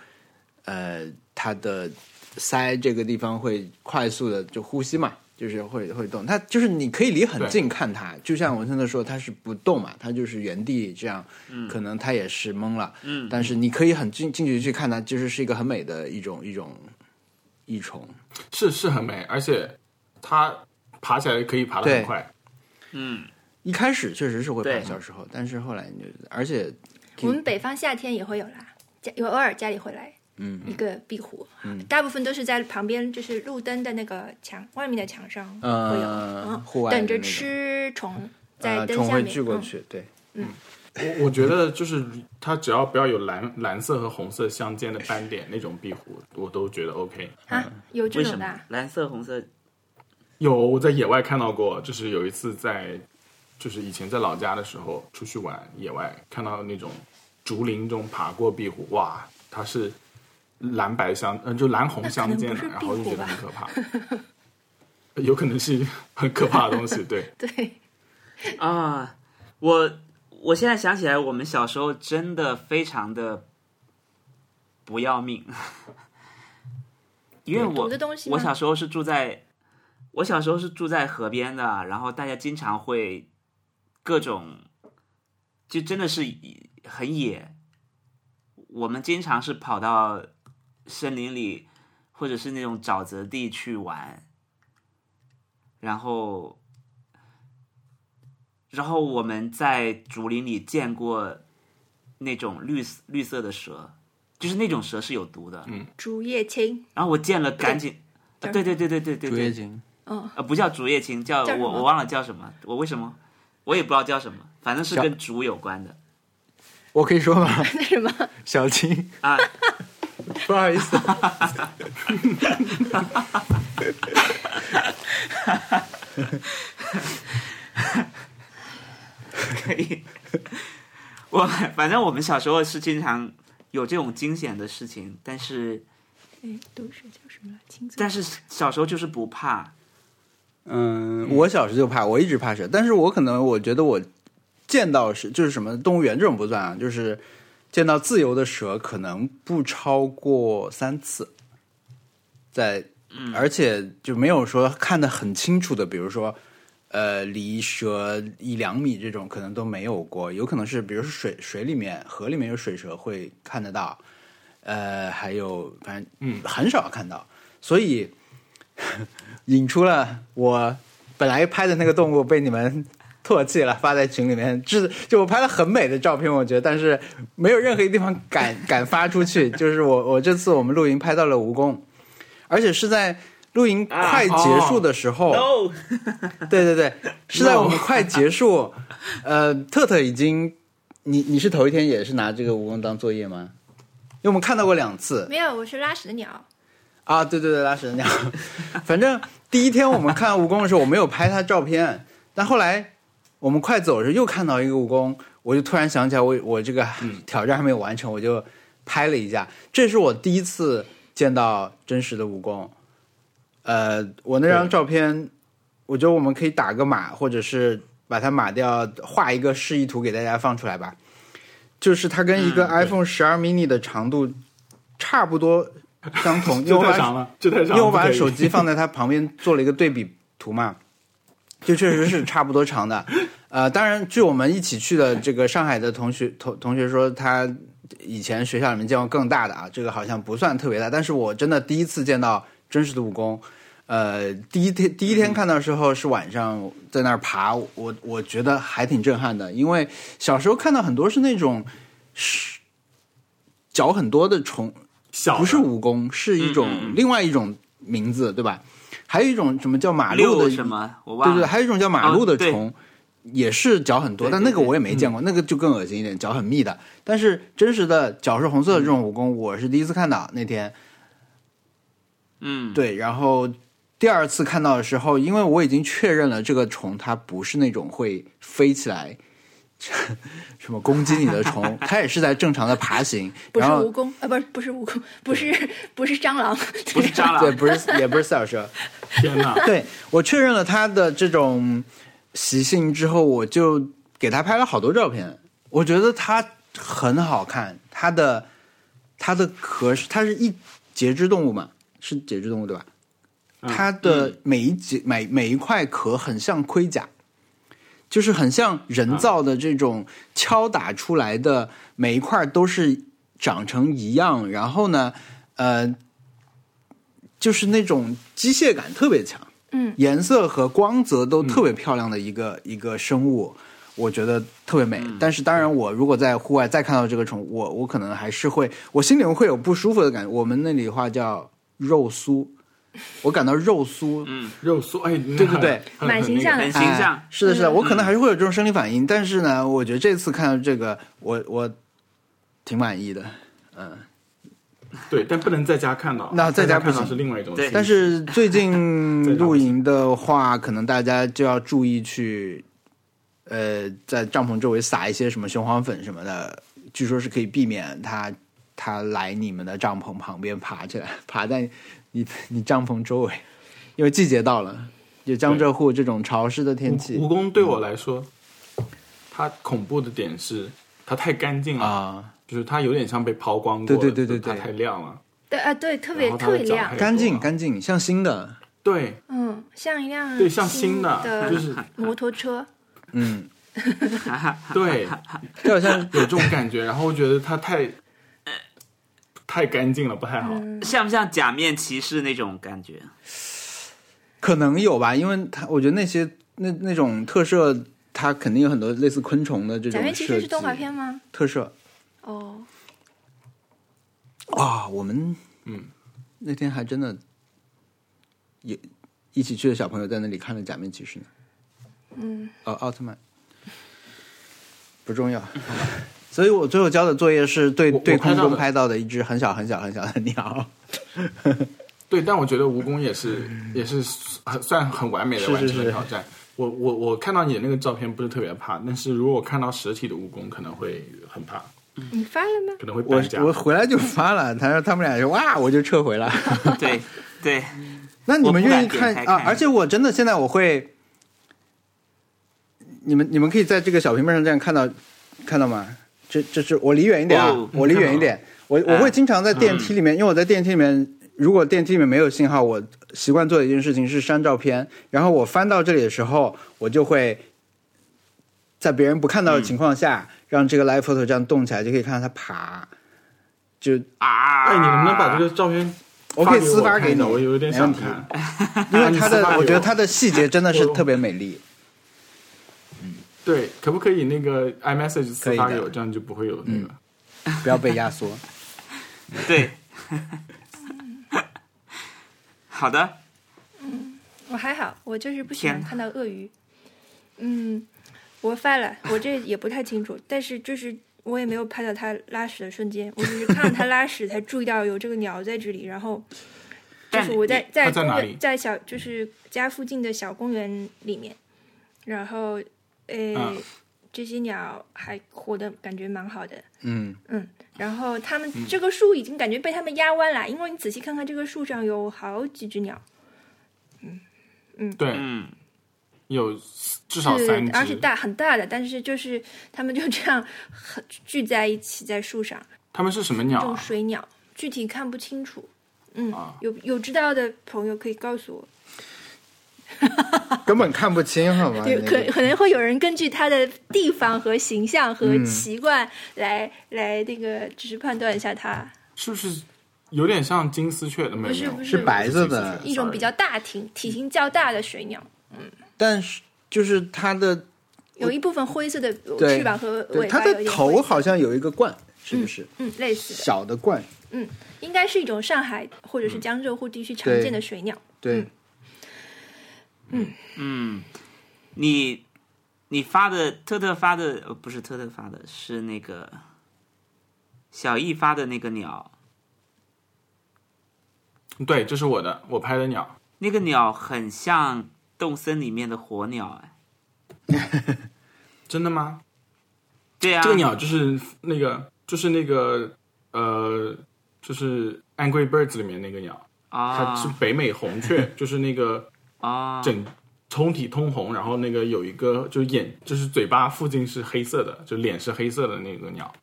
[SPEAKER 3] 呃，它的腮这个地方会快速的就呼吸嘛，就是会会动。它就是你可以离很近看它，就像文森特说，它是不动嘛，它就是原地这样，可能它也是懵了，
[SPEAKER 1] 嗯
[SPEAKER 3] 但是你可以很近近距离去看它，就是是一个很美的一种一种一种。
[SPEAKER 2] 是是很美，而且它爬起来可以爬得很
[SPEAKER 3] 对
[SPEAKER 2] 快。
[SPEAKER 1] 嗯，
[SPEAKER 3] 一开始确实是会
[SPEAKER 1] 对
[SPEAKER 3] 怕，小时候，但是后来你就，而且
[SPEAKER 4] 我们北方夏天也会有啦，家有偶尔家里会来。
[SPEAKER 3] 嗯，
[SPEAKER 4] 一个壁虎，啊大部分都是在旁边，就是路灯的那个墙外面的墙上会有，
[SPEAKER 3] 呃
[SPEAKER 4] 嗯
[SPEAKER 3] 户外的
[SPEAKER 4] 等着
[SPEAKER 3] 那种
[SPEAKER 4] 吃虫，在
[SPEAKER 3] 呃，
[SPEAKER 4] 灯
[SPEAKER 3] 虫
[SPEAKER 4] 下
[SPEAKER 3] 会
[SPEAKER 4] 面。
[SPEAKER 3] 聚过
[SPEAKER 4] 嗯
[SPEAKER 3] 去，对，
[SPEAKER 2] 我我觉得就是它只要不要有蓝蓝色和红色相间的斑点那种壁虎，我都觉得 OK。
[SPEAKER 4] 啊，有这
[SPEAKER 1] 为什
[SPEAKER 4] 种的
[SPEAKER 1] 么
[SPEAKER 4] 啊？
[SPEAKER 1] 蓝色、红色？
[SPEAKER 2] 有我在野外看到过，就是有一次在，就是以前在老家的时候出去玩野外，看到那种竹林中爬过壁虎，哇，它是蓝白相，嗯、就蓝红相间的，
[SPEAKER 4] 那
[SPEAKER 2] 然
[SPEAKER 4] 可能
[SPEAKER 2] 后就
[SPEAKER 4] 不
[SPEAKER 2] 是觉得
[SPEAKER 4] 壁虎吧
[SPEAKER 2] 很可怕，有可能是很可怕的东西， 对。
[SPEAKER 4] 对，
[SPEAKER 1] 啊，我我现在想起来，我们小时候真的非常的不要命，因为
[SPEAKER 4] 毒
[SPEAKER 1] 我
[SPEAKER 4] 的东西吗
[SPEAKER 1] 我小时候是住在我小时候是住在河边的，然后大家经常会各种，就真的是很野。我们经常是跑到森林里，或者是那种沼泽地去玩，然后然后我们在竹林里见过那种绿色绿色的蛇，就是那种蛇是有毒的。
[SPEAKER 3] 嗯
[SPEAKER 4] 竹叶青，
[SPEAKER 1] 然后我见了赶紧，啊
[SPEAKER 4] 叫
[SPEAKER 1] 对对对对对对
[SPEAKER 3] 竹叶
[SPEAKER 1] 对，
[SPEAKER 3] 青。
[SPEAKER 4] 嗯，
[SPEAKER 1] 呃，不叫竹叶青，叫
[SPEAKER 4] 叫什
[SPEAKER 1] 我
[SPEAKER 4] 么
[SPEAKER 1] 我忘了叫什么，我为什么我也不知道叫什么，反正是
[SPEAKER 3] 叫
[SPEAKER 1] 跟竹有关的
[SPEAKER 3] 我可以说吗？
[SPEAKER 4] 那什么，
[SPEAKER 3] 小青，
[SPEAKER 1] 啊。
[SPEAKER 3] 不好意思，
[SPEAKER 1] 可以。 我反正我们小时候是经常有这种惊险的事情，但是
[SPEAKER 4] 哎，毒蛇叫什么来？青色
[SPEAKER 1] 但是小时候就是不怕，
[SPEAKER 3] 嗯，我小时候就怕，我一直怕蛇，但是我可能我觉得我见到是就是什么动物园这种不算啊，就是见到自由的蛇可能不超过三次，在，
[SPEAKER 4] 嗯
[SPEAKER 3] 而且就没有说看得很清楚的，比如说。呃，离蛇一两米这种可能都没有过，有可能是比如说水水里面、河里面有水蛇会看得到，呃，还有反正嗯很少看到，所以引出了我本来拍的那个动物被你们唾弃了，发在群里面，就是就我拍了很美的照片，我觉得，但是没有任何一个地方敢敢发出去。就是我我这次我们露营拍到了蜈蚣，而且是在露营快结束的时候，
[SPEAKER 1] No，
[SPEAKER 3] 对对对，是在我们快结束，呃，特特已经，你你是头一天也是拿这个蜈蚣当作业吗？因为我们看到过两次，
[SPEAKER 4] 没有，我是拉屎的鸟，
[SPEAKER 3] 啊，对对对，拉屎鸟。 反正第一天我们看蜈蚣的时候，我没有拍它照片，但后来我们快走的时候又看到一个蜈蚣，我就突然想起来我，我这个挑战还没有完成，我就拍了一下。这是我第一次见到真实的蜈蚣。呃，我那张
[SPEAKER 2] 对
[SPEAKER 3] 照片，我觉得我们可以打个码，或者是把它码掉，画一个示意图给大家放出来吧。就是它跟一个
[SPEAKER 1] 嗯
[SPEAKER 3] iPhone 十二 mini 的长度差不多相 同，因为
[SPEAKER 2] 这
[SPEAKER 3] 我
[SPEAKER 2] 太
[SPEAKER 3] 把
[SPEAKER 2] 长了，这太
[SPEAKER 3] 因
[SPEAKER 2] 长了。
[SPEAKER 3] 为我把
[SPEAKER 2] 不可以
[SPEAKER 3] 手机放在它旁边做了一个对比图 嘛，就确实是差不多长的。呃，当然，据我们一起去的这个上海的同学同同学说，他以前学校里面见过更大的啊，这个好像不算特别大，但是我真的第一次见到真实的蜈蚣。呃，第一天第一天看到的时候是晚上在那儿爬，我我觉得还挺震撼的，因为小时候看到很多是那种是脚很多的虫，
[SPEAKER 2] 小的
[SPEAKER 3] 不是蜈蚣，是一种、
[SPEAKER 1] 嗯嗯嗯
[SPEAKER 3] 另外一种名字，对吧？还有一种什么叫马路
[SPEAKER 1] 六
[SPEAKER 3] 的，
[SPEAKER 1] 什么？我
[SPEAKER 3] 对
[SPEAKER 1] 忘
[SPEAKER 3] 对，
[SPEAKER 1] 了。
[SPEAKER 3] 还有一种叫马路的
[SPEAKER 1] 哦对
[SPEAKER 3] 虫，也是脚很多，
[SPEAKER 1] 对对嗯
[SPEAKER 3] 但那个我也没见过，那个就更恶心一点，脚很密的。但是真实的脚是红色的这种蜈蚣，我是第一次看到那天。
[SPEAKER 1] 嗯，
[SPEAKER 3] 对，然后第二次看到的时候，因为我已经确认了这个虫它不是那种会飞起来。 什么攻击你的虫，它也是在正常的爬行，
[SPEAKER 4] 不是
[SPEAKER 3] 然后
[SPEAKER 4] 蜈蚣，呃，不是不是蜈蚣，不是不是蟑螂，
[SPEAKER 1] 不是蟑
[SPEAKER 3] 对，
[SPEAKER 1] 螂，
[SPEAKER 3] 不是也不是四小蛇，
[SPEAKER 2] 天哪，
[SPEAKER 3] 对我确认了他的这种习性之后，我就给他拍了好多照片。我觉得他很好看，他的他的壳是它是一节肢动物嘛，是节肢动物对吧？
[SPEAKER 2] 嗯
[SPEAKER 3] 它的每一节、每每一块壳很像盔甲，就是很像人造的这种敲打出来的，每一块都是长成一样，然后呢，呃，就是那种机械感特别强，
[SPEAKER 4] 嗯，
[SPEAKER 3] 颜色和光泽都特别漂亮的一
[SPEAKER 1] 嗯
[SPEAKER 3] 个、一个生物，我觉得特别美。但是当然，我如果在户外再看到这个虫，我我可能还是会，我心里会有不舒服的感觉。我们那里话叫肉酥，我感到肉酥，
[SPEAKER 2] 肉酥哎，对
[SPEAKER 3] 对对对，
[SPEAKER 2] 很
[SPEAKER 4] 蛮形象的
[SPEAKER 1] 很
[SPEAKER 3] 哎
[SPEAKER 1] 嗯形象。
[SPEAKER 3] 是的，是的，
[SPEAKER 4] 嗯
[SPEAKER 3] 我可能还是会有这种生理反应，但是呢，我觉得这次看到这个，我我挺满意的。
[SPEAKER 2] 对，但不能在家看到，
[SPEAKER 3] 那在家
[SPEAKER 2] 家
[SPEAKER 3] 不
[SPEAKER 2] 看到
[SPEAKER 3] 行
[SPEAKER 2] 是另外一种
[SPEAKER 1] 对
[SPEAKER 2] 情
[SPEAKER 3] 但是最近
[SPEAKER 2] 在哪
[SPEAKER 3] 露营的话，可能大家就要注意去，呃，在帐篷周围撒一些什么雄黄粉什么的，据说是可以避免它它来你们的帐篷旁边爬起来， 爬在你你帐篷周围，因为季节到了，有江浙沪这种潮湿的天气
[SPEAKER 2] 蜈蚣对我来说，它恐怖的点是它太干净了，
[SPEAKER 3] 啊，
[SPEAKER 2] 就是它有点像被抛光过，
[SPEAKER 3] 对对对对
[SPEAKER 2] 就它
[SPEAKER 3] 对
[SPEAKER 2] 太亮了，
[SPEAKER 4] 对啊，对，特别
[SPEAKER 2] 然后它
[SPEAKER 4] 特
[SPEAKER 2] 的
[SPEAKER 4] 别
[SPEAKER 2] 脚
[SPEAKER 4] 亮
[SPEAKER 2] 还，
[SPEAKER 3] 干净
[SPEAKER 2] 多
[SPEAKER 3] 干净，像新的，
[SPEAKER 2] 对
[SPEAKER 4] 嗯，像一辆
[SPEAKER 2] 对，像
[SPEAKER 4] 新
[SPEAKER 2] 新的， 就是
[SPEAKER 4] 摩托车，
[SPEAKER 3] 嗯，
[SPEAKER 2] 对，
[SPEAKER 3] 就好像
[SPEAKER 2] 有这种感觉。然后我觉得它太太干净了，不太好。
[SPEAKER 1] 像不像假面骑士那种感 觉？
[SPEAKER 3] 可能有吧，因为它我觉得那些那那种特摄，它肯定有很多类似昆虫的这种
[SPEAKER 4] 假面骑
[SPEAKER 3] 设
[SPEAKER 4] 士
[SPEAKER 3] 计
[SPEAKER 4] 是动画片吗？
[SPEAKER 3] 特摄
[SPEAKER 4] 哦，
[SPEAKER 3] 啊、我们
[SPEAKER 2] 哦嗯
[SPEAKER 3] 那天还真的也一起去的小朋友在那里看了假面骑士呢，
[SPEAKER 4] 嗯，
[SPEAKER 3] 呃，奥特曼不重要，好 吧。所以我最后交的作业是对
[SPEAKER 2] 我
[SPEAKER 3] 对
[SPEAKER 2] 我
[SPEAKER 3] 空
[SPEAKER 2] 看到
[SPEAKER 3] 中
[SPEAKER 2] 的
[SPEAKER 3] 拍到的一只很小很小很小的 鸟，
[SPEAKER 2] 对，但我觉得蜈蚣也是也是很算很完美的
[SPEAKER 3] 是
[SPEAKER 2] 完
[SPEAKER 3] 是
[SPEAKER 2] 成
[SPEAKER 3] 是
[SPEAKER 2] 了挑战。我我我看到你的那个照片不是特别怕，但是如果我看到实体的蜈蚣，可能会很怕，
[SPEAKER 4] 你发了吗？
[SPEAKER 2] 可能会
[SPEAKER 3] 我
[SPEAKER 2] 搬家。
[SPEAKER 3] 我回来就发了，他说他们俩就哇，我就撤回了。
[SPEAKER 1] 对对，
[SPEAKER 3] 那你们愿意
[SPEAKER 1] 我不敢点开
[SPEAKER 3] 啊
[SPEAKER 1] 看？
[SPEAKER 3] 而且我真的现在我会，你们你们可以在这个小屏幕上这样看到，看到吗？这这是我离远一点啊
[SPEAKER 1] 哦，
[SPEAKER 3] 我离远一点。我我会经常在电梯里面，因为我在电梯里面，如果电梯里面没有信号，我习惯做的一件事情是删照片。然后我翻到这里的时候，我就会在别人不看到的情况下，让这个 live photo 这样动起来，就可以看到它爬。就
[SPEAKER 1] 啊！
[SPEAKER 2] 哎，你能不能把这个照片
[SPEAKER 3] 我可以私发
[SPEAKER 2] 发
[SPEAKER 3] 给
[SPEAKER 2] 给
[SPEAKER 3] 你，
[SPEAKER 2] 我有点
[SPEAKER 3] 没
[SPEAKER 2] 想
[SPEAKER 3] 问题。
[SPEAKER 2] 看。
[SPEAKER 3] 因为它
[SPEAKER 2] 你
[SPEAKER 3] 的
[SPEAKER 2] 私发给，我
[SPEAKER 3] 我觉得它的细节真的是特别美丽。
[SPEAKER 2] 对，可不可以那个 iMessage
[SPEAKER 3] 可
[SPEAKER 2] 私
[SPEAKER 3] 以
[SPEAKER 2] 发
[SPEAKER 3] 的
[SPEAKER 2] 给我，这样就不会有那个。
[SPEAKER 3] 不要被压缩。
[SPEAKER 1] 对，好的，
[SPEAKER 4] 我还好，我就是不喜欢
[SPEAKER 1] 天哪
[SPEAKER 4] 看到鳄鱼。嗯，我发了，我这也不太清楚，但是就是我也没有拍到它拉屎的瞬间，我只是看到它拉屎才注意到有这个鸟在这里，然后就
[SPEAKER 1] 但
[SPEAKER 4] 是我在
[SPEAKER 2] 它
[SPEAKER 4] 在
[SPEAKER 2] 在
[SPEAKER 4] 公
[SPEAKER 2] 哪里
[SPEAKER 4] 园在小就是家附近的小公园里面，然后诶、
[SPEAKER 2] 嗯
[SPEAKER 4] 这些鸟还活的感觉蛮好的，
[SPEAKER 3] 嗯，
[SPEAKER 4] 嗯，然后它们这个树已经感觉被它们压弯了，因为你仔细看看这个树上有好几只鸟，
[SPEAKER 2] 对，
[SPEAKER 1] 嗯，
[SPEAKER 2] 有至
[SPEAKER 3] 哦
[SPEAKER 2] 少
[SPEAKER 4] 是
[SPEAKER 2] 三只，
[SPEAKER 4] 而且大很大的，但是就是它们就这样很聚在一起在树上，
[SPEAKER 2] 他们是什么
[SPEAKER 4] 这
[SPEAKER 2] 鸟
[SPEAKER 4] 种
[SPEAKER 2] 啊？
[SPEAKER 4] 水鸟具体看不清楚，嗯，
[SPEAKER 2] 啊
[SPEAKER 4] 有有知道的朋友可以告诉我，
[SPEAKER 3] 根本看不清，好吗？
[SPEAKER 4] 有
[SPEAKER 3] 啊那
[SPEAKER 4] 可
[SPEAKER 3] 个
[SPEAKER 4] 可能会有人根据它的地方和形象和
[SPEAKER 3] 嗯
[SPEAKER 4] 习惯来、来那个只是判断一下
[SPEAKER 3] 啊
[SPEAKER 4] 它，
[SPEAKER 2] 是不是有点像金丝雀的？啊没有
[SPEAKER 4] 不是
[SPEAKER 2] 没有
[SPEAKER 4] 不
[SPEAKER 3] 是白色的
[SPEAKER 2] 金丝雀
[SPEAKER 4] 一种
[SPEAKER 2] sorry
[SPEAKER 4] 比较大体体型较大的水鸟。
[SPEAKER 3] 但是就是它的，
[SPEAKER 4] 有一部分灰色的呃
[SPEAKER 3] 对
[SPEAKER 4] 翅膀和
[SPEAKER 3] 对
[SPEAKER 4] 尾
[SPEAKER 3] 它
[SPEAKER 4] 巴有
[SPEAKER 3] 的
[SPEAKER 4] 点
[SPEAKER 3] 头
[SPEAKER 4] 灰色
[SPEAKER 3] 好像有一个冠，是不是？
[SPEAKER 4] 嗯，类似的，
[SPEAKER 3] 小的冠，
[SPEAKER 4] 应该是一种上海或者是江浙沪地区常
[SPEAKER 3] 对
[SPEAKER 4] 见的水鸟。
[SPEAKER 3] 对，
[SPEAKER 1] 你你发的特特发的呃不是特特发的，是那个小易发的那个鸟，
[SPEAKER 2] 对，这是我的，我拍的鸟。
[SPEAKER 1] 那个鸟很像动森里面的火鸟，哎，
[SPEAKER 2] 真的吗？
[SPEAKER 1] 对啊，
[SPEAKER 2] 这个鸟就是那个，就是那个，呃，就是《Angry Birds》里面那个鸟，它
[SPEAKER 1] 啊
[SPEAKER 2] 是北美红雀， 就是那个
[SPEAKER 1] 啊，
[SPEAKER 2] 整通体通红，然后那个有一个就是眼，就是嘴巴附近是黑色的，就脸是黑色的那个鸟，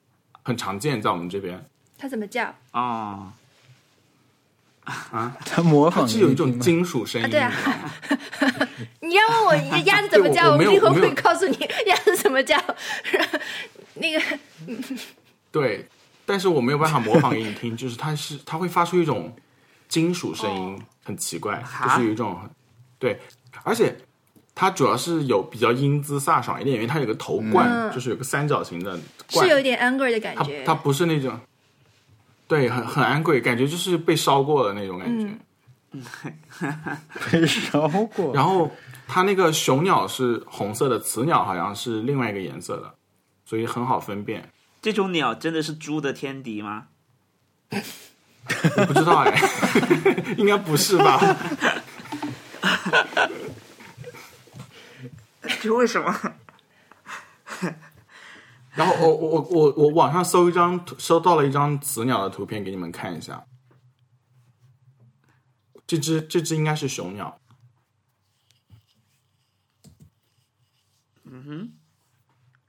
[SPEAKER 2] 很常见在我们这边。
[SPEAKER 4] 它怎么叫啊？
[SPEAKER 1] 哦，
[SPEAKER 3] 它模
[SPEAKER 2] 它
[SPEAKER 3] 仿
[SPEAKER 2] 是有一
[SPEAKER 3] 那
[SPEAKER 2] 种
[SPEAKER 3] 个
[SPEAKER 2] 金属声音，
[SPEAKER 4] 哦对啊，啊 你要问我这鸭子怎么
[SPEAKER 2] 对
[SPEAKER 4] 叫，
[SPEAKER 2] 我我没有
[SPEAKER 4] 立刻
[SPEAKER 2] 我没
[SPEAKER 4] 会
[SPEAKER 2] 有
[SPEAKER 4] 告诉你鸭子怎么叫。 那个
[SPEAKER 2] 对，但是我没有办法模仿给你听， 就是它是它会发出一种金属声音，很奇怪，
[SPEAKER 4] 啊
[SPEAKER 2] 就
[SPEAKER 1] 哈
[SPEAKER 2] 是有一种对，而且它主要是有比较英姿飒爽一点，因为它有个头冠，
[SPEAKER 4] 嗯
[SPEAKER 2] 就是有个三角形的
[SPEAKER 4] 是有
[SPEAKER 2] 冠，
[SPEAKER 4] 点 angry 的感
[SPEAKER 2] 它
[SPEAKER 4] 觉
[SPEAKER 2] 它，不是那种对很很 angry，感觉就是被烧过的那种感觉。
[SPEAKER 4] 嗯
[SPEAKER 3] 被烧过，
[SPEAKER 2] 然后它那个雄鸟是红色的，雌鸟好像是另外一个颜色的，所以很好分辨。
[SPEAKER 1] 这种鸟真的是猪的天敌吗？
[SPEAKER 2] 我不知道哎， 应该不是吧？
[SPEAKER 1] 这为什么？
[SPEAKER 2] 然后我我我我我网上搜一张图，搜到了一张雌鸟的图片，给你们看一下。这只这只应该是雄鸟，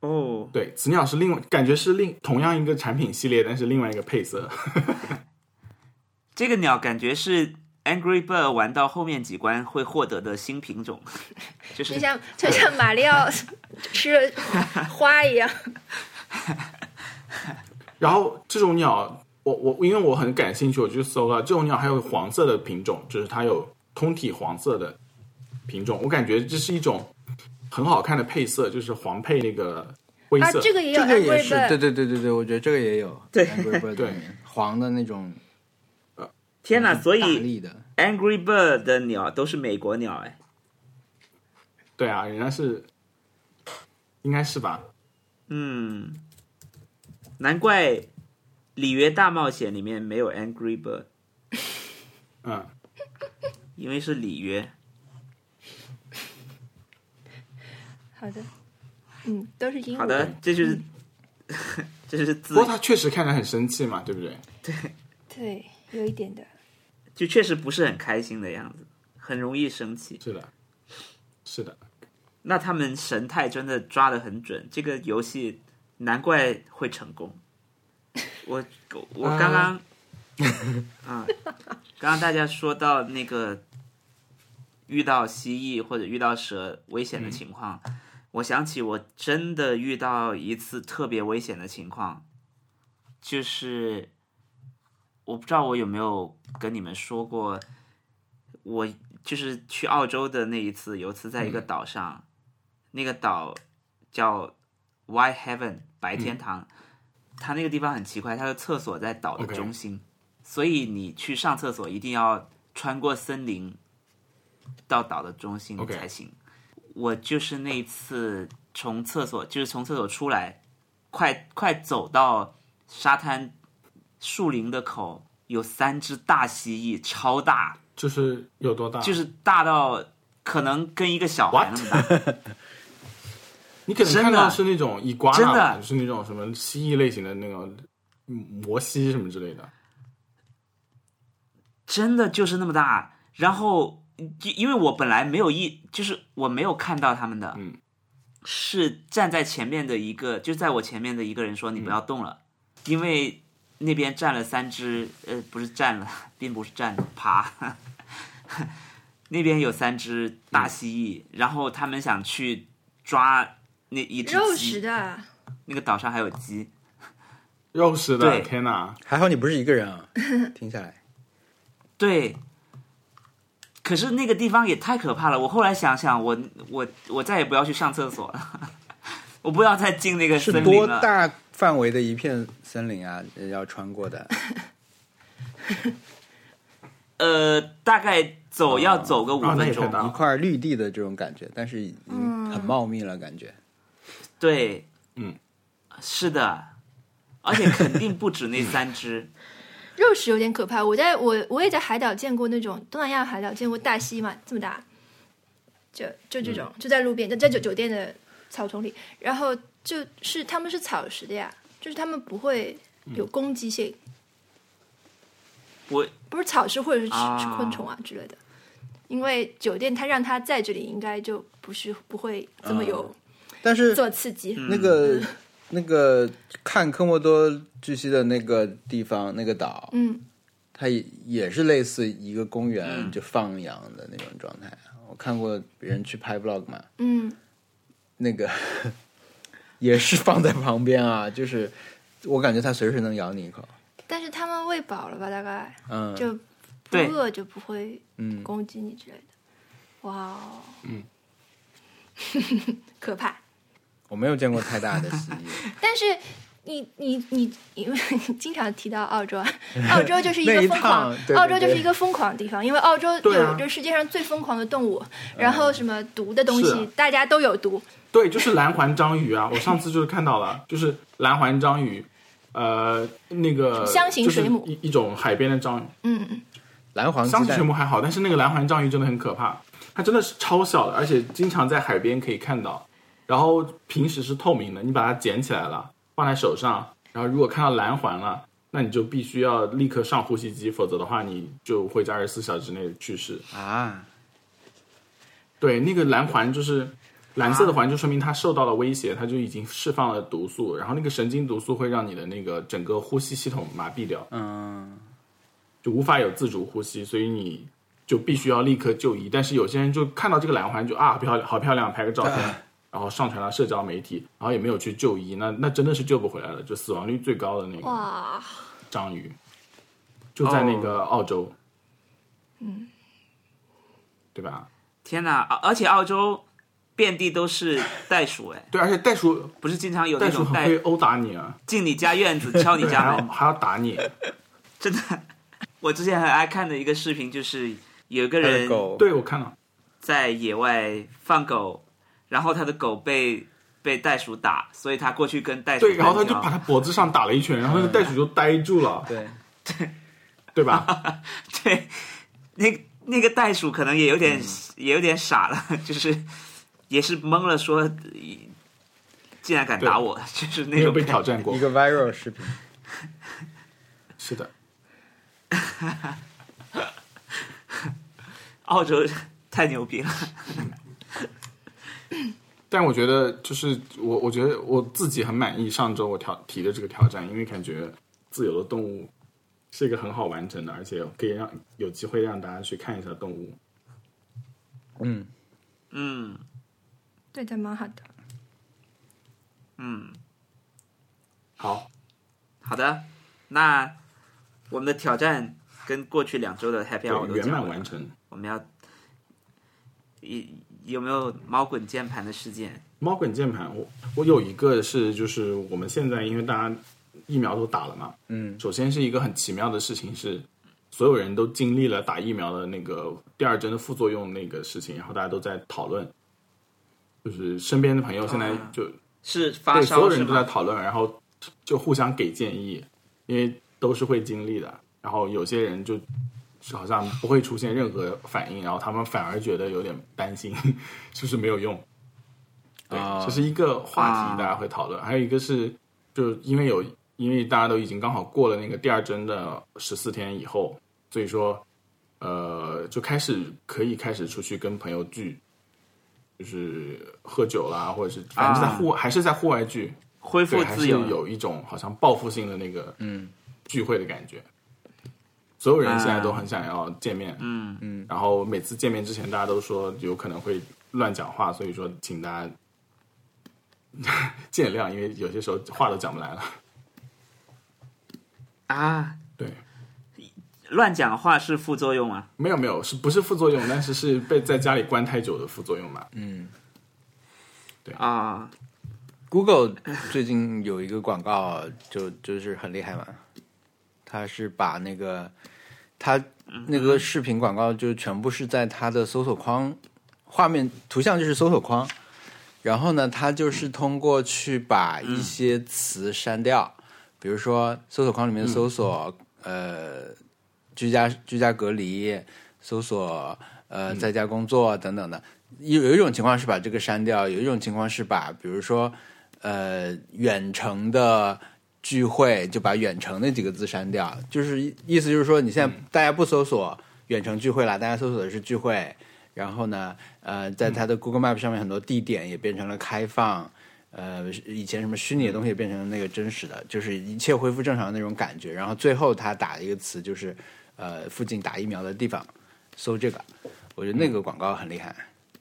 [SPEAKER 1] 哦，
[SPEAKER 2] 对，雌鸟是另外，感觉是另同样一个产品系列，但是另外一个配色。
[SPEAKER 1] 这个鸟感觉是 Angry Bird 玩到后面几关会获得的新品种， 就是
[SPEAKER 4] 就像就像马里奥吃了花一样。
[SPEAKER 2] 然后这种鸟，我我因为我很感兴趣，我就搜了这种鸟，还有黄色的品种，就是它有通体黄色的品种，我感觉这是一种很好看的配色，就是黄配那个灰
[SPEAKER 4] 啊
[SPEAKER 2] 色。，
[SPEAKER 4] 这个也有
[SPEAKER 3] 这个也
[SPEAKER 4] angry
[SPEAKER 3] 是，对
[SPEAKER 4] bird，
[SPEAKER 3] 对对对对，我觉得这个也有，
[SPEAKER 1] 对
[SPEAKER 3] Angry Bird
[SPEAKER 2] 对
[SPEAKER 3] 里面黄的那种
[SPEAKER 1] 天哪！所
[SPEAKER 3] 大
[SPEAKER 1] 以
[SPEAKER 3] 力的，
[SPEAKER 1] Angry Bird 的鸟都是美国鸟，哎，
[SPEAKER 2] 对啊，人家是应该是吧？
[SPEAKER 1] 嗯，难怪《里约大冒险》里面没有 Angry Bird，
[SPEAKER 2] 嗯。
[SPEAKER 1] 因为是里约。
[SPEAKER 4] 好的，嗯，都是鹦鹉。
[SPEAKER 1] 好的，这就是、
[SPEAKER 3] 嗯
[SPEAKER 1] 这就是
[SPEAKER 2] 不
[SPEAKER 1] 自
[SPEAKER 2] 过他确实看着很生气嘛，对不对？
[SPEAKER 4] 对，有一点的。
[SPEAKER 1] 就确实不是很开心的样子，很容易生气。
[SPEAKER 2] 是的，是的，
[SPEAKER 1] 那他们神态真的抓得很准，这个游戏难怪会成功。我我刚刚啊、刚刚大家说到那个遇到蜥蜴或者遇到蛇危险的情况，我想起我真的遇到一次特别危险的情况，就是我不知道我有没有跟你们说过，我就是去澳洲的那一次，有一次在一个
[SPEAKER 2] 嗯
[SPEAKER 1] 岛上，那个岛叫 White Heaven 白天
[SPEAKER 2] 嗯
[SPEAKER 1] 堂，它那个地方很奇怪，它的厕所在岛的
[SPEAKER 2] OK
[SPEAKER 1] 中心所以你去上厕所一定要穿过森林，到岛的中心
[SPEAKER 2] OK
[SPEAKER 1] 才行。我就是那一次从厕所，就是从厕所出来，快快走到沙滩树林的口，有三只大蜥蜴，超大，
[SPEAKER 2] 就是有多大？
[SPEAKER 1] 就是大到可能跟一个小孩那么大。
[SPEAKER 2] 你可能
[SPEAKER 1] 真的
[SPEAKER 2] 看到是那种伊瓜
[SPEAKER 1] 真
[SPEAKER 2] 纳吧，
[SPEAKER 1] 的
[SPEAKER 2] 就是那种什么蜥蜴类型的那种嗯摩西什么之类的。
[SPEAKER 1] 真的就是那么大。然后，因因为我本来没有意，就是我没有看到他们的，
[SPEAKER 2] 嗯，
[SPEAKER 1] 是站在前面的一个，就在我前面的一个人说：“你不要动了，因为那边站了三只，呃，不是站了，并不是站了，爬。 那边有三只大蜥蜴，然后他们想去抓那一只
[SPEAKER 4] 肉食
[SPEAKER 1] 鸡，
[SPEAKER 4] 的啊，
[SPEAKER 1] 那个岛上还有鸡，
[SPEAKER 2] 肉食的，
[SPEAKER 1] 对
[SPEAKER 2] 天哪！
[SPEAKER 3] 还好你不是一个人 啊，听下来，
[SPEAKER 1] 对，可是那个地方也太可怕了。我后来想想，我我我再也不要去上厕所了， 我不要再进那个
[SPEAKER 3] 是
[SPEAKER 1] 森林
[SPEAKER 3] 多
[SPEAKER 1] 了。
[SPEAKER 3] 大范围的一片森林啊？要穿过的，
[SPEAKER 1] 呃，大概走要走个五
[SPEAKER 2] 啊那
[SPEAKER 1] 分
[SPEAKER 2] 也太
[SPEAKER 1] 钟。
[SPEAKER 2] 大
[SPEAKER 3] 一
[SPEAKER 2] 了
[SPEAKER 3] 块绿地的这种感觉，但是已
[SPEAKER 4] 嗯
[SPEAKER 3] 经很茂密了，感觉。
[SPEAKER 1] 对，
[SPEAKER 2] 嗯，
[SPEAKER 1] 是的，而且肯定不止那三 只。
[SPEAKER 4] 肉食有点可怕。我在我我也在海岛见过那种东南亚海岛见过大蜥嘛，这么大，就就这种，就在路边，在在酒酒店的草丛里，然后就是他们是草食的呀，就是他们不会有攻击性，
[SPEAKER 1] 我
[SPEAKER 4] 不是草食或者是吃、
[SPEAKER 1] 啊
[SPEAKER 4] 吃昆虫啊之类的，因为酒店它让它在这里应该就不是不会这么有
[SPEAKER 3] 但是
[SPEAKER 4] 做刺激，嗯
[SPEAKER 3] 那个、那个看科莫多巨蜥的那个地方，那个岛，
[SPEAKER 4] 嗯，
[SPEAKER 3] 它也也是类似一个公园
[SPEAKER 1] 嗯
[SPEAKER 3] 就放羊的那种状态。我看过别人去拍 vlog 嘛，
[SPEAKER 4] 嗯，
[SPEAKER 3] 那个 也是放在旁边啊，就是我感觉它随时能咬你一口。
[SPEAKER 4] 但是他们喂饱了吧，大概
[SPEAKER 3] 嗯，
[SPEAKER 4] 就不
[SPEAKER 1] 对
[SPEAKER 4] 饿就不会
[SPEAKER 3] 嗯
[SPEAKER 4] 攻击你之类的。哇哦，
[SPEAKER 2] 嗯，
[SPEAKER 4] 可怕。
[SPEAKER 3] 我没有见过太大的蜥 蜴，
[SPEAKER 4] 但是你你你，因为经常提到澳 洲啊，澳洲就是一
[SPEAKER 3] 那
[SPEAKER 4] 个
[SPEAKER 3] 一
[SPEAKER 4] 疯狂
[SPEAKER 3] 趟，对对
[SPEAKER 4] 澳洲就是
[SPEAKER 3] 对
[SPEAKER 4] 一个疯狂的地方，因为澳洲
[SPEAKER 2] 对啊
[SPEAKER 4] 有这世界上最疯狂的动物，
[SPEAKER 3] 嗯
[SPEAKER 4] 然后什么毒的东
[SPEAKER 2] 是
[SPEAKER 4] 西
[SPEAKER 2] 啊，
[SPEAKER 4] 大家都有毒。
[SPEAKER 2] 对，就是蓝环章鱼啊！我上次就是看到了，就是蓝环章鱼，呃，那个
[SPEAKER 4] 箱型水母
[SPEAKER 2] 就是一一种海边的章鱼，
[SPEAKER 4] 嗯，
[SPEAKER 3] 蓝黄
[SPEAKER 2] 箱型
[SPEAKER 3] 鸡
[SPEAKER 2] 水
[SPEAKER 3] 蛋
[SPEAKER 2] 母还好，但是那个蓝环章鱼真的很可怕，它真的是超小的，而且经常在海边可以看到。然后平时是透明的，你把它捡起来了，放在手上，然后如果看到蓝环了，那你就必须要立刻上呼吸机，否则的话你就会在二十四小时内去世。
[SPEAKER 3] 啊，
[SPEAKER 2] 对，那个蓝环就是蓝色的环，就说明它受到了威胁，它就已经释放了毒素，然后那个神经毒素会让你的那个整个呼吸系统麻痹掉，
[SPEAKER 3] 嗯，
[SPEAKER 2] 就无法有自主呼吸，所以你就必须要立刻就医。但是有些人就看到这个蓝环就啊漂亮，好漂亮，拍个照片，然后上传到社交媒体，然后也没有去就医，那那真的是救不回来了，就死亡率最高的那个
[SPEAKER 4] 哇，
[SPEAKER 2] 章鱼，就在那个澳洲，嗯，对吧？
[SPEAKER 1] 天哪！啊而且澳洲遍地都是袋鼠，哎，
[SPEAKER 2] 对，而且袋鼠
[SPEAKER 1] 不是经常有那
[SPEAKER 2] 袋鼠
[SPEAKER 1] 种
[SPEAKER 2] 很
[SPEAKER 1] 袋
[SPEAKER 2] 会殴打你啊。
[SPEAKER 1] 进你家院子敲你
[SPEAKER 2] 对，啊
[SPEAKER 1] 家
[SPEAKER 2] 还要
[SPEAKER 1] 门，
[SPEAKER 2] 还要打你。
[SPEAKER 1] 真的。我之前很爱看的一个视频就是有一个
[SPEAKER 3] 它的
[SPEAKER 1] 人
[SPEAKER 3] 狗
[SPEAKER 2] 对，我看了，
[SPEAKER 1] 在野外放狗，然后他的狗被被袋鼠打，所以他过去跟袋鼠
[SPEAKER 2] 对，然后他
[SPEAKER 1] 单
[SPEAKER 2] 就
[SPEAKER 1] 挑
[SPEAKER 2] 把他脖子上打了一拳，然后那个袋鼠就呆住了，
[SPEAKER 3] 对，
[SPEAKER 2] 对 吧？
[SPEAKER 1] 对那个那个袋鼠可能也有
[SPEAKER 2] 嗯
[SPEAKER 1] 点、也有点傻了，就是也是懵了说，竟然敢打我，就是
[SPEAKER 2] 没
[SPEAKER 1] 那
[SPEAKER 2] 有
[SPEAKER 1] 种
[SPEAKER 2] 被挑战过
[SPEAKER 3] 一，个 viral 视频，
[SPEAKER 2] 是的，
[SPEAKER 1] 澳洲太牛逼了，
[SPEAKER 2] 但我觉得就是我，我觉得我自己很满意上周我挑提的这个挑战，因为感觉自由的动物是一个很好完成的，而且可以让有机会让大家去看一下动物。
[SPEAKER 3] 嗯，
[SPEAKER 1] 嗯
[SPEAKER 4] 对的，蛮好的。
[SPEAKER 1] 嗯，
[SPEAKER 2] 好，
[SPEAKER 1] 好的，那我们的挑战跟过去两周的 Happy
[SPEAKER 2] 对
[SPEAKER 1] Hour 都
[SPEAKER 2] 圆
[SPEAKER 1] 讲
[SPEAKER 2] 满
[SPEAKER 1] 完
[SPEAKER 2] 完
[SPEAKER 1] 了，
[SPEAKER 2] 成。
[SPEAKER 1] 我们要有有没有猫滚键盘的事件？
[SPEAKER 2] 猫滚键盘，我我有一个是就是我们现在因为大家疫苗都打了嘛，
[SPEAKER 3] 嗯，
[SPEAKER 2] 首先是一个很奇妙的事情是，所有人都经历了打疫苗的那个第二针的副作用那个事情，然后大家都在讨论，就是身边的朋友现在就、
[SPEAKER 1] 是嗯发
[SPEAKER 2] 对所有
[SPEAKER 1] 烧是
[SPEAKER 2] 人都在
[SPEAKER 1] 吗？
[SPEAKER 2] 讨论，然后就互相给建议，因为都是会经历的。然后有些人就好像不会出现任何反应，然后他们反而觉得有点担心， 是不是没有用？对，
[SPEAKER 3] 啊
[SPEAKER 2] 这是一个话题，大家会讨论。还有一个是，就是因为有，因为大家都已经刚好过了那个第二针的十四天以后，所以说，呃，就开始可以开始出去跟朋友聚，就是喝酒啦，或者是反正是在户、还是在户外聚，
[SPEAKER 1] 恢
[SPEAKER 2] 对，
[SPEAKER 1] 复
[SPEAKER 2] 还
[SPEAKER 1] 自
[SPEAKER 2] 是
[SPEAKER 1] 由，
[SPEAKER 2] 有一种好像报复性的那个嗯聚会的感觉。所有人现在都很想要见面，嗯嗯，然后每次见面之前，大家都说有可能会乱讲话，所以说请大家 见谅，因为有些时候话都讲不来了。
[SPEAKER 1] 啊，
[SPEAKER 2] 对，
[SPEAKER 1] 乱讲话是副作用啊。
[SPEAKER 2] 没有没有，是不是副作用？但是是被在家里关太久的副作用嘛？
[SPEAKER 1] 啊、
[SPEAKER 3] Google 最近有一个广告就就是很厉害嘛，它是把那个它那个视频广告就全部是在它的搜索框画面图像就是搜索框，然后呢，它就是通过去把一些词删掉，比如说搜索框里面搜索、呃居家居家隔离，搜索呃在家工作等等的。有有一种情况是把这个删掉，有一种情况是把比如说呃远程的聚会就把远程那几个字删掉，就是意意思就是说你现在大家不搜索远程聚会啦，大家搜索的是聚会。然后呢，呃，在它的 Google Map 上面很多地点也变成了开放，呃，以前什么虚拟的东西也变成了那个真实的，就是一切恢复正常的那种感觉。然后最后他打了一个词就是，呃，附近打疫苗的地方，搜这个，我觉得那个广告很厉害，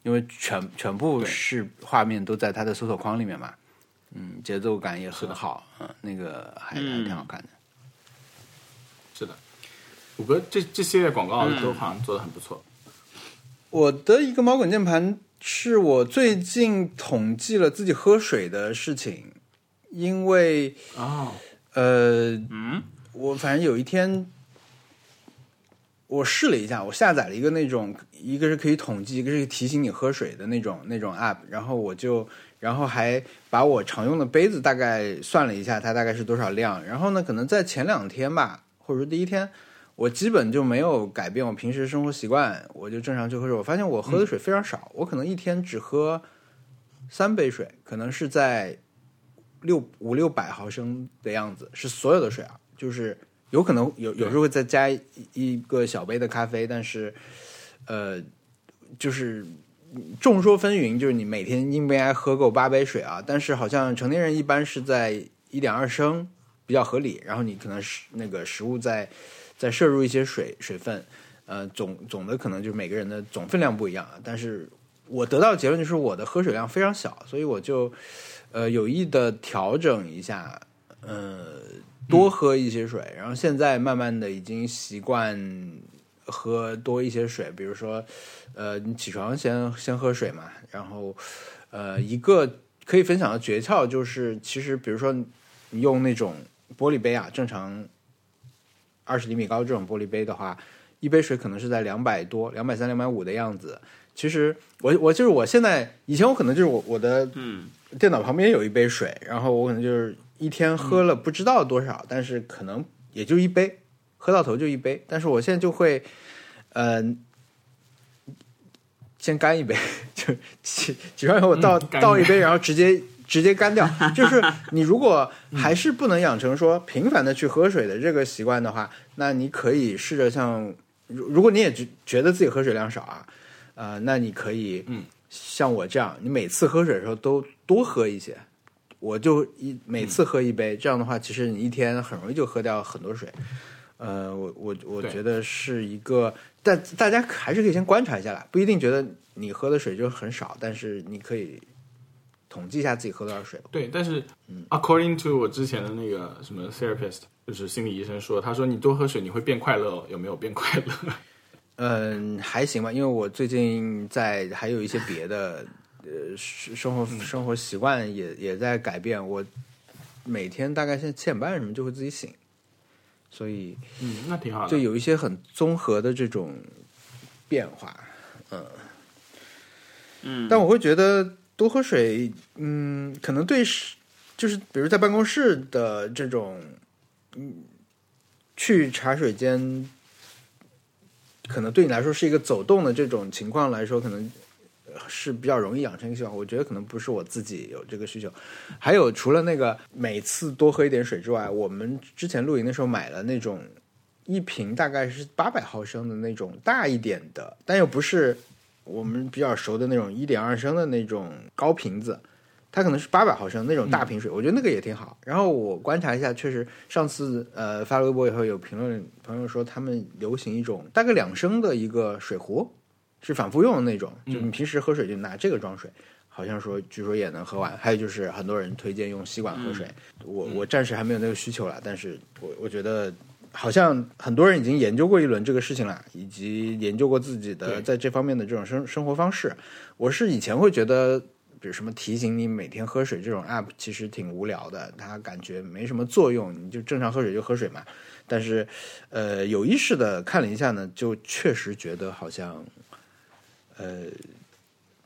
[SPEAKER 3] 因为全全部是画面都在它的搜索框里面嘛，嗯，节奏感也很好，嗯，那个还还挺好看的。
[SPEAKER 2] 是的，谷歌这这系列广告都好像做的很不错。
[SPEAKER 3] 我的一个猫滚键盘是我最近统计了自己喝水的事情，因为
[SPEAKER 2] 哦，
[SPEAKER 3] 呃，嗯，我反正有一天，我试了一下，我下载了一个那种，一个是可以统计，一个是提醒你喝水的那种那种 app，然后我就，然后还把我常用的杯子大概算了一下，它大概是多少量，然后呢，可能在前两天吧，或者说第一天。我基本就没有改变我平时生活习惯，我就正常去喝水。我发现我喝的水非常少，我可能一天只喝三杯水，可能是在六五六百毫升的样子，是所有的水啊，就是有可能有有时候会再加一一个小杯的咖啡，但是呃，就是众说纷纭，就是你每天应不应该喝够八杯水啊？但是好像成年人一般是在一点二升比较合理，然后你可能是那个食物再再摄入一些水水分，呃，总总的可能就是每个人的总分量不一样啊。但是我得到的结论就是我的喝水量非常小，所以我就呃有意的调整一下，呃，多喝一些水，然后现在慢慢的已经习惯喝多一些水，比如说，呃，你起床先先喝水嘛，然后，呃，一个可以分享的诀窍就是，其实比如说你用那种玻璃杯啊，正常二十厘米高这种玻璃杯的话，一杯水可能是在两百多、两百三、两百五的样子。其实我我就是我现在以前我可能就是我我的
[SPEAKER 1] 嗯
[SPEAKER 3] 电脑旁边有一杯水，然后我可能就是一天喝了不知道多少，但是可能也就一杯，喝到头就一杯。但是我现在就会，嗯、先干一杯， 就起起床以后倒、
[SPEAKER 2] 嗯干一杯
[SPEAKER 3] 倒一杯，然后直接直接干掉。就是你如果还是不能养成说频繁的去喝水的这个习惯的话，那你可以试着像，如如果你也觉觉得自己喝水量少啊，呃，那你可以，
[SPEAKER 2] 嗯，
[SPEAKER 3] 像我这样，你每次喝水的时候都多喝一些，我就一每次喝一杯，这样的话，其实你一天很容易就喝掉很多水。呃，我我我
[SPEAKER 2] 对
[SPEAKER 3] 觉得是一个，但大家还是可以先观察一下啦，不一定觉得你喝的水就很少，但是你可以统计一下自己喝多少水。
[SPEAKER 2] 对，但是、according to 我之前的那个什么 therapist，就是心理医生说，他说你多喝水你会变快乐哦，有没有变快乐？
[SPEAKER 3] 嗯，还行吧，因为我最近在还有一些别的呃生生活
[SPEAKER 2] 嗯
[SPEAKER 3] 生活习惯也也在改变，我每天大概现在七点半什么就会自己醒，所以
[SPEAKER 2] 嗯，那挺好的。
[SPEAKER 3] 就有一些很综合的这种变化。
[SPEAKER 1] 嗯，
[SPEAKER 3] 但我会觉得多喝水，嗯，可能对是，就是比如在办公室的这种，嗯，去茶水间，可能对你来说是一个走动的这种情况来说，可能呃是比较容易养成一个习惯。我觉得可能不是我自己有这个需求。还有除了那个每次多喝一点水之外，我们之前露营的时候买了那种。一瓶大概是八百毫升的那种大一点的，但又不是我们比较熟的那种一点二升的那种高瓶子，它可能是八百毫升那种大瓶水，我觉得那个也挺好。然后我观察一下，确实上次呃发了微博以后，有评论朋友说他们流行一种大概两升的一个水壶，是反复用的那种，就你平时喝水就拿这个装水。好像说，据说也能喝完。还有就是，很多人推荐用吸管喝水。我我暂时还没有那个需求了，但是我我觉得好像很多人已经研究过一轮这个事情了，以及研究过自己的
[SPEAKER 2] 对
[SPEAKER 3] 在这方面的这种生生活方式。我是以前会觉得，比如什么提醒你每天喝水这种 app 其实挺无聊的，它感觉没什么作用，你就正常喝水就喝水嘛。但是，呃，有意识的看了一下呢，就确实觉得好像，呃，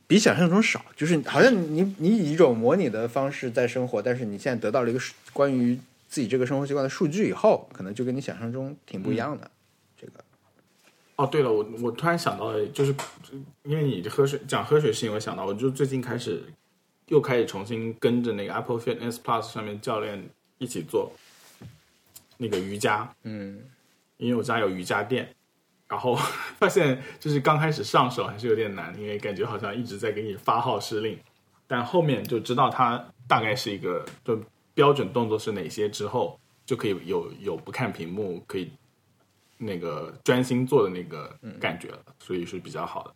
[SPEAKER 3] 比想象中少，就是好像你你以一种模拟的方式在生活，但是你现在得到了一个数关于自己这个生活习惯的数据以后，可能就跟你想象中挺不一样的。这个
[SPEAKER 2] 哦，对了，我我突然想到了，就是因为你喝水讲喝水是因为想到，我就最近开始又开始重新跟着那个 Apple Fitness Plus 上面教练一起做那个瑜伽，
[SPEAKER 3] 嗯，
[SPEAKER 2] 因为我家有瑜伽垫，然后 发现就是刚开始上手还是有点难，因为感觉好像一直在给你发号施令，但后面就知道它大概是一个就标准动作是哪些之后，就可以有有不看屏幕可以那个专心做的那个感觉了，所以是比较好的。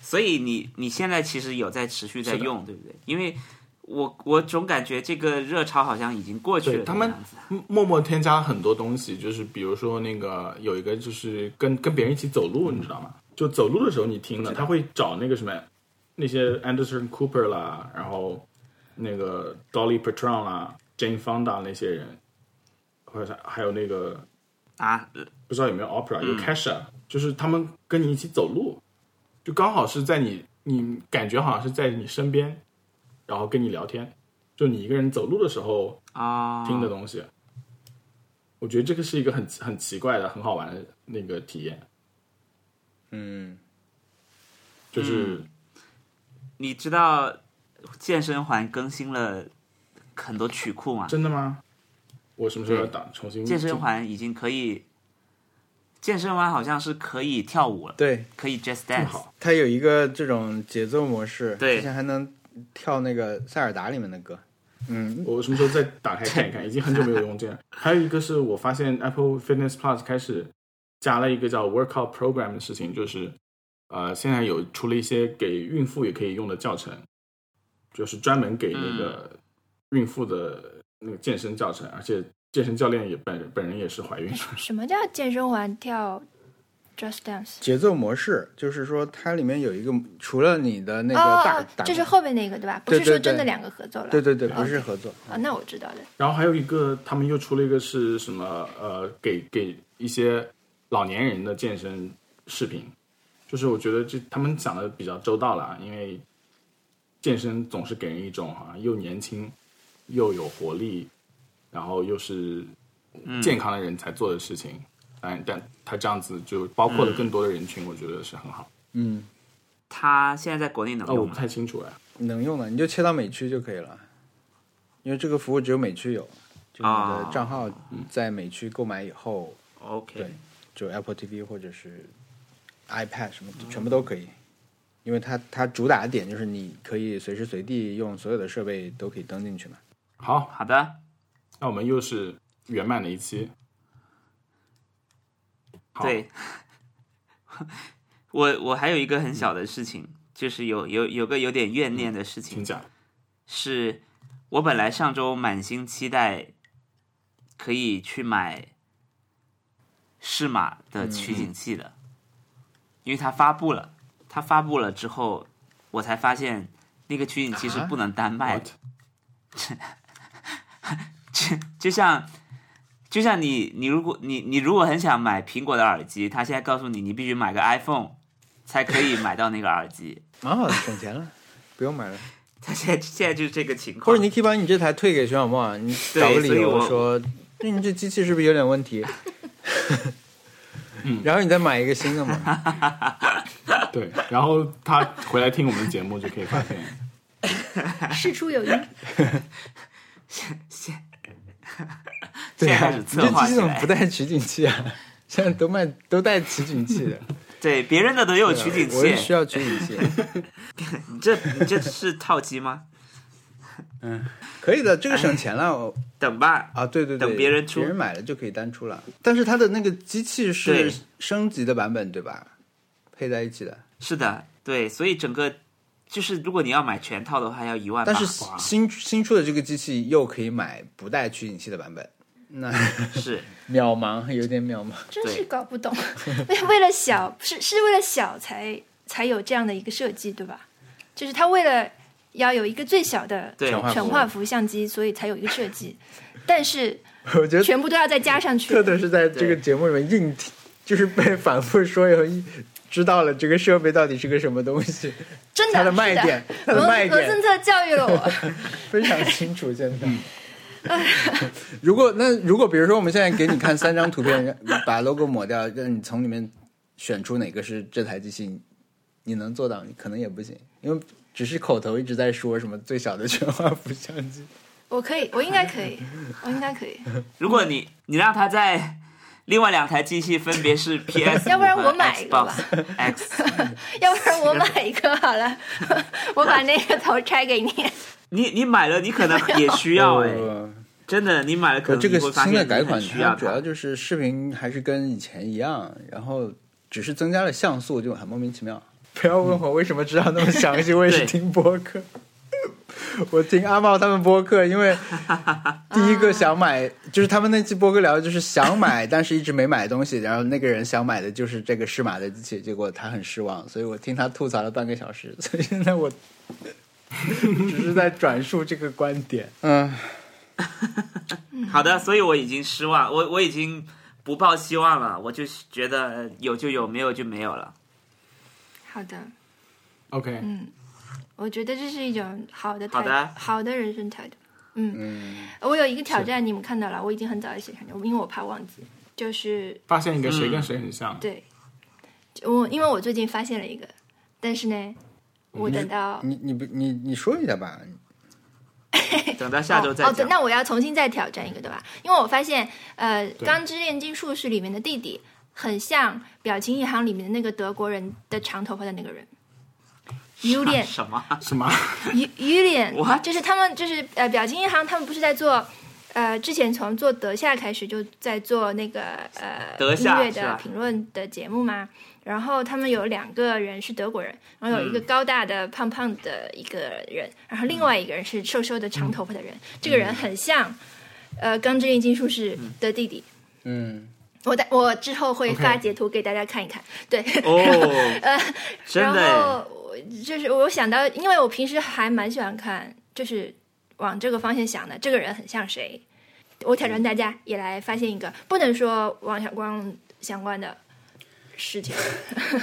[SPEAKER 1] 所以你你现在其实有在持续在
[SPEAKER 2] 是的
[SPEAKER 1] 用，对不对？因为我我总感觉这个热潮好像已经过去
[SPEAKER 2] 对
[SPEAKER 1] 了，
[SPEAKER 2] 他们
[SPEAKER 1] 这样子
[SPEAKER 2] 默默添加了很多东西，就是比如说那个有一个就是跟跟别人一起走路，你知道吗？就走路的时候你听了，他会找那个什么那些 Anderson Cooper 啦，然后那个 Dolly Parton 啦、Jane Fonda 那些人，或者是还有那个
[SPEAKER 1] 啊，呃
[SPEAKER 2] 不知道有没有 opera 有 Kesha，、就是他们跟你一起走路，就刚好是在你你感觉好像是在你身边，然后跟你聊天，就你一个人走路的时候，
[SPEAKER 1] 啊，
[SPEAKER 2] 听的东西。我觉得这个是一个很很奇怪的、很好玩的那个体验，
[SPEAKER 3] 嗯，
[SPEAKER 2] 就是
[SPEAKER 1] 你知道健身环更新了很多曲库吗？
[SPEAKER 2] 真的吗？我什么时候要打重新
[SPEAKER 1] 健身环已经可以，健身环好像是可以跳舞了，
[SPEAKER 3] 对，
[SPEAKER 1] 可以 just
[SPEAKER 2] 这么
[SPEAKER 1] dance。
[SPEAKER 2] 好？
[SPEAKER 3] 它有一个这种节奏模式，
[SPEAKER 1] 对
[SPEAKER 3] 之前还能跳那个塞尔达里面的歌。嗯，
[SPEAKER 2] 我什么时候再打开看一看？已经很久没有用这样。还有一个是我发现 Apple Fitness Plus 开始加了一个叫 Workout Program 的事情，就是呃，现在有出了一些给孕妇也可以用的教程，就是专门给那个孕妇的那个健身教程，而且健身教练也本本人也是怀孕
[SPEAKER 3] 嗯
[SPEAKER 2] 了。
[SPEAKER 4] 什么叫健身环跳 Just Dance？
[SPEAKER 3] 节奏模式就是说它里面有一个除了你的那
[SPEAKER 4] 哦
[SPEAKER 3] 个大
[SPEAKER 4] 哦
[SPEAKER 3] 打，
[SPEAKER 4] 就是后面那个对吧？不
[SPEAKER 3] 对
[SPEAKER 4] 是说
[SPEAKER 3] 对
[SPEAKER 4] 真的
[SPEAKER 3] 对
[SPEAKER 4] 两个合奏了。
[SPEAKER 3] 对对对，不是合作，
[SPEAKER 4] 啊，那我 知道的。
[SPEAKER 2] 然后还有一个，他们又出了一个是什么？呃，给给一些老年人的健身视频，就是我觉得这他们想的比较周到了啊，因为健身总是给人一种好像又年轻又有活力，然后又是健康的人才做的事情。哎但但他这样子就包括了更多的人群，我觉得是很好。
[SPEAKER 3] 嗯，
[SPEAKER 1] 它现在在国内能
[SPEAKER 2] 啊、我
[SPEAKER 1] 用
[SPEAKER 2] 不
[SPEAKER 1] 吗？
[SPEAKER 2] 太清楚哎，
[SPEAKER 3] 能用的你就切到美区就可以了，因为这个服务只有美区有，就你
[SPEAKER 1] 啊
[SPEAKER 3] 的账号在美区购买以后，对
[SPEAKER 1] OK，，
[SPEAKER 3] 就 Apple TV 或者是 iPad 什么
[SPEAKER 4] 哦
[SPEAKER 3] 全部都可以，因为它它主打的点就是你可以随时随地用所有的设备都可以登进去嘛。
[SPEAKER 2] 好，
[SPEAKER 1] 好的，
[SPEAKER 2] 那哦我们又是圆满的一期。好
[SPEAKER 1] 对， 我我还有一个很小的事情，就是有有有个有点怨念的事情
[SPEAKER 2] 请，讲。
[SPEAKER 1] 是我本来上周满心期待可以去买适马的取景器的，因为它发布了，它发布了之后，我才发现那个取景器是
[SPEAKER 3] 啊
[SPEAKER 1] 不能单卖的
[SPEAKER 2] What？
[SPEAKER 1] 就像就像你，你如果你你如果很想买苹果的耳机，他现在告诉你，你必须买个 iPhone 才可以买到那个耳机。
[SPEAKER 3] 啊，省钱了， 不用买了。
[SPEAKER 1] 他现在现在就是这个情况。
[SPEAKER 3] 或者你可以把你这台退给徐小梦啊，你找个
[SPEAKER 1] 对
[SPEAKER 3] 理
[SPEAKER 1] 所以
[SPEAKER 3] 由
[SPEAKER 1] 我
[SPEAKER 3] 说，那你这机器是不是有点问题？
[SPEAKER 1] 嗯
[SPEAKER 3] 然后你再买一个新的 嘛。
[SPEAKER 2] 对，然后他回来听我们的节目就可以发现，
[SPEAKER 4] 事出有因，
[SPEAKER 1] 现
[SPEAKER 3] 对
[SPEAKER 1] 在
[SPEAKER 3] 啊，
[SPEAKER 1] 开始
[SPEAKER 3] 你
[SPEAKER 1] 策
[SPEAKER 3] 这
[SPEAKER 1] 划
[SPEAKER 3] 机器
[SPEAKER 1] 起
[SPEAKER 3] 怎么不
[SPEAKER 1] 来。
[SPEAKER 3] 带取景器啊？ 现在都卖都带取景器 的，
[SPEAKER 1] 对，别人的都有取景
[SPEAKER 3] 我是需
[SPEAKER 1] 器，
[SPEAKER 3] 要取景器。
[SPEAKER 1] 你这你这是套机吗？
[SPEAKER 3] 可以的，这个省 钱了。我
[SPEAKER 1] 等吧，
[SPEAKER 3] 啊，对对对，
[SPEAKER 1] 等别人出
[SPEAKER 3] 别人买了就可以单出了。但是它的那个机器是
[SPEAKER 1] 对
[SPEAKER 3] 升级的版本，对吧？配在一起的，
[SPEAKER 1] 是的，对，所以整个就是如果你要买全套的话，要一万八。
[SPEAKER 3] 但是新新出的这个机器又可以买不带取景器的版本，那
[SPEAKER 1] 是
[SPEAKER 3] 渺茫，有点渺茫。
[SPEAKER 4] 真是搞不懂。为为了小，是是为了小才才有这样的一个设计，对吧？就是他为了要有一个最小的
[SPEAKER 1] 对
[SPEAKER 3] 全画幅
[SPEAKER 4] 全画幅相机，所以才有一个设计，但是
[SPEAKER 3] 我觉得
[SPEAKER 4] 全部都要再加上去
[SPEAKER 3] 特。特是在这
[SPEAKER 1] 对
[SPEAKER 3] 个节目里面硬听，就是被反复说以后，一知道了这个设备到底是个什么东西，
[SPEAKER 4] 真的，
[SPEAKER 3] 它的卖
[SPEAKER 4] 是
[SPEAKER 3] 点，它
[SPEAKER 4] 罗
[SPEAKER 3] 的卖
[SPEAKER 4] 罗
[SPEAKER 3] 点
[SPEAKER 4] 森特教育了我。
[SPEAKER 3] 非常清楚。现在， 如果那如果比如说我们现在给你看三张图片，让把 logo 抹掉，让你从里面选出哪个是这台机器，你能做到？你可能也不行，因为只是口头一直在说什么最小的全画幅相机。
[SPEAKER 4] 我可以，我应该可以，我应该可以，
[SPEAKER 1] 如果你你让他在另外两台机器分别是 PS，
[SPEAKER 4] 要不然我买一个吧
[SPEAKER 1] X，
[SPEAKER 4] 要不然我买一个好了， 我把那个头拆给你。
[SPEAKER 1] 你你买了，你可能也需要哎，
[SPEAKER 3] 呃
[SPEAKER 1] 真的，你买了可能
[SPEAKER 3] 这个
[SPEAKER 1] 你会发
[SPEAKER 3] 新
[SPEAKER 1] 现
[SPEAKER 3] 的
[SPEAKER 1] 你
[SPEAKER 3] 改
[SPEAKER 1] 很
[SPEAKER 3] 款，
[SPEAKER 1] 需要
[SPEAKER 3] 它主要就是视频还是跟以前一样，然后只是增加了像素，就很莫名其妙。不要问我为什么知道那么详 细，我也是
[SPEAKER 1] 对
[SPEAKER 3] 听播客。 我听阿茂他们播客，因为第一个想买，就是他们那期播客聊，的就是想买，但是一直没买东西。然后那个人想买的就是这个适马的机器，结果他很失望，所以我听他吐槽了半个小时。所以现在我 只是在转述这个观点。嗯，
[SPEAKER 1] 好的，所以我已经失望，我我已经不抱希望了，我就觉得呃有就有，没有就没有了。
[SPEAKER 4] 好的，嗯
[SPEAKER 2] OK，
[SPEAKER 4] 我觉得这是一种好的态
[SPEAKER 1] 好
[SPEAKER 4] 度，
[SPEAKER 1] 的
[SPEAKER 4] 好的人生态度。嗯，我有一个挑战，你们看到了，我已经很早就写上去，因为我怕忘记。就是
[SPEAKER 2] 发现一个谁跟谁很像，
[SPEAKER 4] 对，我因为我最近发现了一个，但是呢，我等到哦
[SPEAKER 3] 你你不你你说一下吧，
[SPEAKER 1] 等到下周再
[SPEAKER 4] 哦。哦，对
[SPEAKER 1] 讲。，
[SPEAKER 4] 那我要重新再挑战一个，对吧？因为我发现，呃，《
[SPEAKER 2] 对
[SPEAKER 4] 钢之炼金术士》里面的弟弟很像《表情一行》里面的那个德国人的长头发的那个人。Julian
[SPEAKER 1] 什 么？
[SPEAKER 2] 什么？
[SPEAKER 4] 于于脸
[SPEAKER 1] What？，
[SPEAKER 4] 就是他们就是呃，表情银行他们不是在做，呃，之前从做德夏开始就在做那个呃
[SPEAKER 1] 德
[SPEAKER 4] 音
[SPEAKER 1] 夏
[SPEAKER 4] 乐
[SPEAKER 1] 是
[SPEAKER 4] 的
[SPEAKER 1] 吧
[SPEAKER 4] 评论的节目嘛。然后他们有两个人是德国人，然后有一
[SPEAKER 1] 嗯
[SPEAKER 4] 个高大的胖胖的一个人，然后另外一个人是瘦瘦的长头发的
[SPEAKER 1] 嗯
[SPEAKER 4] 人。这个人很像，呃，钢之炼金术士的弟弟。
[SPEAKER 3] 嗯，
[SPEAKER 4] 我带我之后会发
[SPEAKER 2] OK
[SPEAKER 4] 截图给大家看一看。对，
[SPEAKER 1] 哦，
[SPEAKER 4] 呃，
[SPEAKER 1] 真的
[SPEAKER 4] 然
[SPEAKER 1] 哎，
[SPEAKER 4] 后我就是我想到，因为我平时还蛮喜欢看，就是往这个方向想的，这个人很像谁。我挑战大家也来发现一个，不能说王小光相关的事情，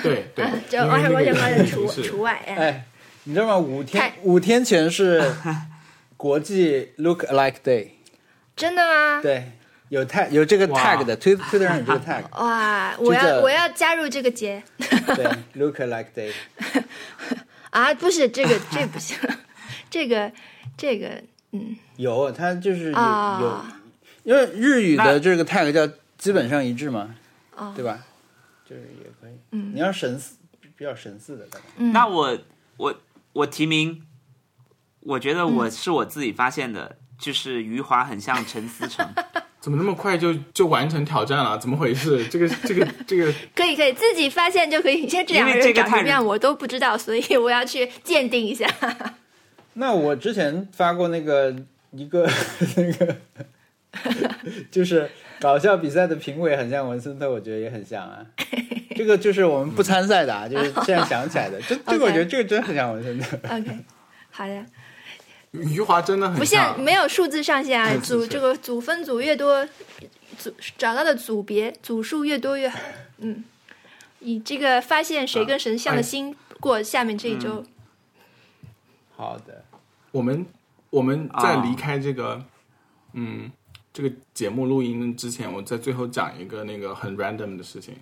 [SPEAKER 2] 对对，
[SPEAKER 4] 嗯就
[SPEAKER 2] 因为
[SPEAKER 4] 王小光
[SPEAKER 2] 那
[SPEAKER 4] 相
[SPEAKER 2] 个
[SPEAKER 4] 关的除
[SPEAKER 2] 是
[SPEAKER 4] 除外。哎，
[SPEAKER 3] 哎，你知道吗？五天
[SPEAKER 4] 太
[SPEAKER 3] 五天前是国际 Look Alike Day，
[SPEAKER 4] 真的吗？
[SPEAKER 3] 对，有 tag 有这个
[SPEAKER 2] 哇
[SPEAKER 3] tag 的推推特上有这 个 tag，
[SPEAKER 4] 哇，我
[SPEAKER 3] 这
[SPEAKER 4] 要
[SPEAKER 3] 个
[SPEAKER 4] 我要加入这个节
[SPEAKER 3] 对 Look Alike Day，
[SPEAKER 4] 啊！不是这个，这不行， 这个这个
[SPEAKER 3] 有它就是有、
[SPEAKER 4] 啊
[SPEAKER 3] 有，因为日语的
[SPEAKER 1] 那
[SPEAKER 3] 这个 tag 叫基本上一致嘛，
[SPEAKER 4] 啊
[SPEAKER 3] 对吧？就是也可以，嗯，你要神似比较神似的，大概
[SPEAKER 4] 嗯
[SPEAKER 1] 那我我我提名，我觉得
[SPEAKER 4] 嗯
[SPEAKER 1] 我是我自己发现的，就是余华很像陈思 诚。
[SPEAKER 2] 怎么那么快就就完成挑战了？怎么回事？这个这个这个
[SPEAKER 4] 可以可以，自己发现就可以。像这两个
[SPEAKER 1] 因为这
[SPEAKER 4] 人
[SPEAKER 1] 个
[SPEAKER 4] 长什
[SPEAKER 1] 太
[SPEAKER 4] 么样我都不知道，所以我要去鉴定一下。
[SPEAKER 3] 那我之前发过那个一个 那个，就是搞笑比赛的评委很像文森特，我觉得也很像啊。这个就是我们不参赛的啊，就是现在想起来的。这这个我觉得这个真的很像文森特。
[SPEAKER 4] OK，好的。
[SPEAKER 2] 余华真的很
[SPEAKER 4] 不
[SPEAKER 2] 像
[SPEAKER 4] 限没有数字上限啊
[SPEAKER 2] 嗯，是
[SPEAKER 4] 组
[SPEAKER 2] 是
[SPEAKER 4] 这个组分组越多，组找到的组别组数越多越好。嗯，以这个发现谁跟谁像的心过下面这一周。
[SPEAKER 3] 好的，
[SPEAKER 2] 我们我们在
[SPEAKER 1] 啊
[SPEAKER 2] 离开这个、嗯这个节目录音之前，我在最后讲一个那个很 random 的事情。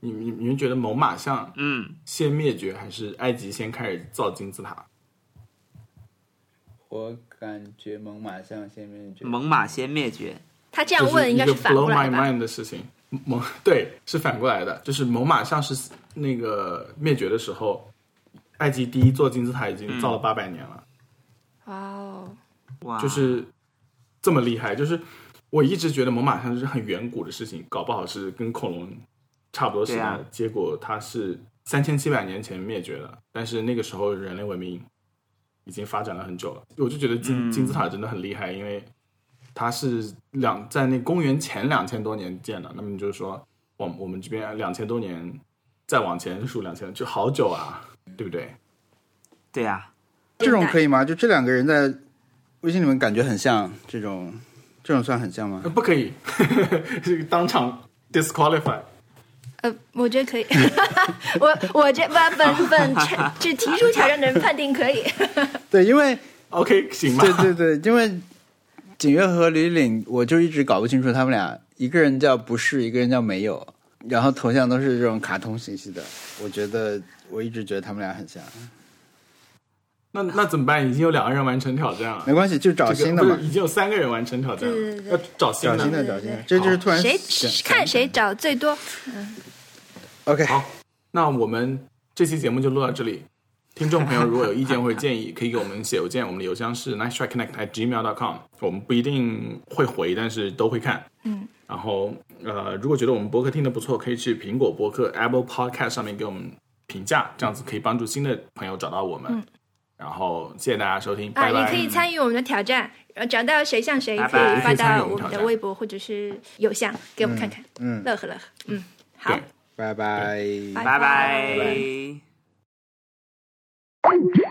[SPEAKER 2] 你你你们觉得猛犸象
[SPEAKER 1] 嗯，
[SPEAKER 2] 先灭绝，还是埃及先开始造金字塔？
[SPEAKER 3] 我感觉猛犸象先面觉
[SPEAKER 1] 猛犸先灭绝，
[SPEAKER 4] 他这
[SPEAKER 2] 这
[SPEAKER 4] 样问应该
[SPEAKER 2] 是一
[SPEAKER 4] 是
[SPEAKER 2] 个
[SPEAKER 4] 反过
[SPEAKER 2] blow
[SPEAKER 4] 来
[SPEAKER 2] my
[SPEAKER 4] 的吧？
[SPEAKER 2] mind 的事情。猛 对是反过来的，就是猛犸象是那个灭绝的时候，埃及第一座金字塔已经
[SPEAKER 4] 嗯
[SPEAKER 2] 造了八百年了。
[SPEAKER 4] 哇哦，
[SPEAKER 1] 哇，
[SPEAKER 2] 就是这么厉害。就是我一直觉得猛犸象是很远古的事情，搞不好是跟恐龙差不多时代，
[SPEAKER 1] 对啊
[SPEAKER 2] 结果它是三千七百年前灭绝的，但是那个时候人类文明已经发展了很久了。我就觉得金、
[SPEAKER 1] 嗯
[SPEAKER 2] 金字塔真的很厉害，因为它是两在那公元前两千多年建的，那么你就是说，我我们这边两千多年。再往前数两千，就好久啊，对不对？
[SPEAKER 1] 对啊呀、
[SPEAKER 3] 这种可以吗？就这两个人在微信里面感觉很像，这种这种算很像吗
[SPEAKER 2] 呃？不可以， 是当场 disqualify。
[SPEAKER 4] 呃，我觉得可以，我我这把本本这只提出挑战的人判定可以。
[SPEAKER 3] 对，因为
[SPEAKER 2] OK，行吧。
[SPEAKER 3] 对对对，因为景月和李岭，我就一直搞不清楚他们俩，一个人叫不是，一个人叫没有，然后头像都是这种卡通形式的，我觉得我一直觉得他们俩很像，
[SPEAKER 2] 那那怎么办？已经有两个人完成挑战了
[SPEAKER 3] 没，关系，就
[SPEAKER 2] 这
[SPEAKER 3] 找
[SPEAKER 2] 个
[SPEAKER 3] 新的
[SPEAKER 2] 不
[SPEAKER 3] 嘛
[SPEAKER 2] 是，已经有三个人完成挑战了，
[SPEAKER 4] 对对对
[SPEAKER 2] 要找新
[SPEAKER 3] 找
[SPEAKER 2] 的。
[SPEAKER 3] 新的
[SPEAKER 4] 对
[SPEAKER 3] 找
[SPEAKER 4] 对
[SPEAKER 3] 新的
[SPEAKER 4] 对，
[SPEAKER 3] 这就是突然
[SPEAKER 4] 谁
[SPEAKER 3] 想
[SPEAKER 4] 看谁找最多？
[SPEAKER 3] OK，
[SPEAKER 2] 好，那我们这期节目就录到这里。听众朋友如果有意见或者建议，可以给我们写邮件，我们的邮箱是 nice try connect at gmail dot com，我 们不一定会回，但是都会看。
[SPEAKER 4] 嗯。
[SPEAKER 2] 然后呃，如果觉得我们博客听的不错，可以去苹果博客 Apple Podcast 上面给我们评价，这样子可以帮助新的朋友找到我们。
[SPEAKER 4] 嗯
[SPEAKER 2] 然后谢谢大家收听，
[SPEAKER 4] 啊，
[SPEAKER 2] 拜拜。
[SPEAKER 4] 也可以参与我们的挑战，呃，找到谁像谁，
[SPEAKER 1] 拜
[SPEAKER 4] 可
[SPEAKER 1] 拜
[SPEAKER 4] 以
[SPEAKER 2] 可
[SPEAKER 4] 发
[SPEAKER 2] 以参与
[SPEAKER 4] 到
[SPEAKER 2] 我们
[SPEAKER 4] 我
[SPEAKER 2] 挑
[SPEAKER 4] 们
[SPEAKER 2] 战
[SPEAKER 4] 的微博或者是邮箱给我们看看，
[SPEAKER 3] 嗯，
[SPEAKER 4] 乐呵乐呵。嗯，好
[SPEAKER 2] 对。
[SPEAKER 3] 拜拜。
[SPEAKER 4] 拜
[SPEAKER 1] 拜
[SPEAKER 4] 拜
[SPEAKER 1] 拜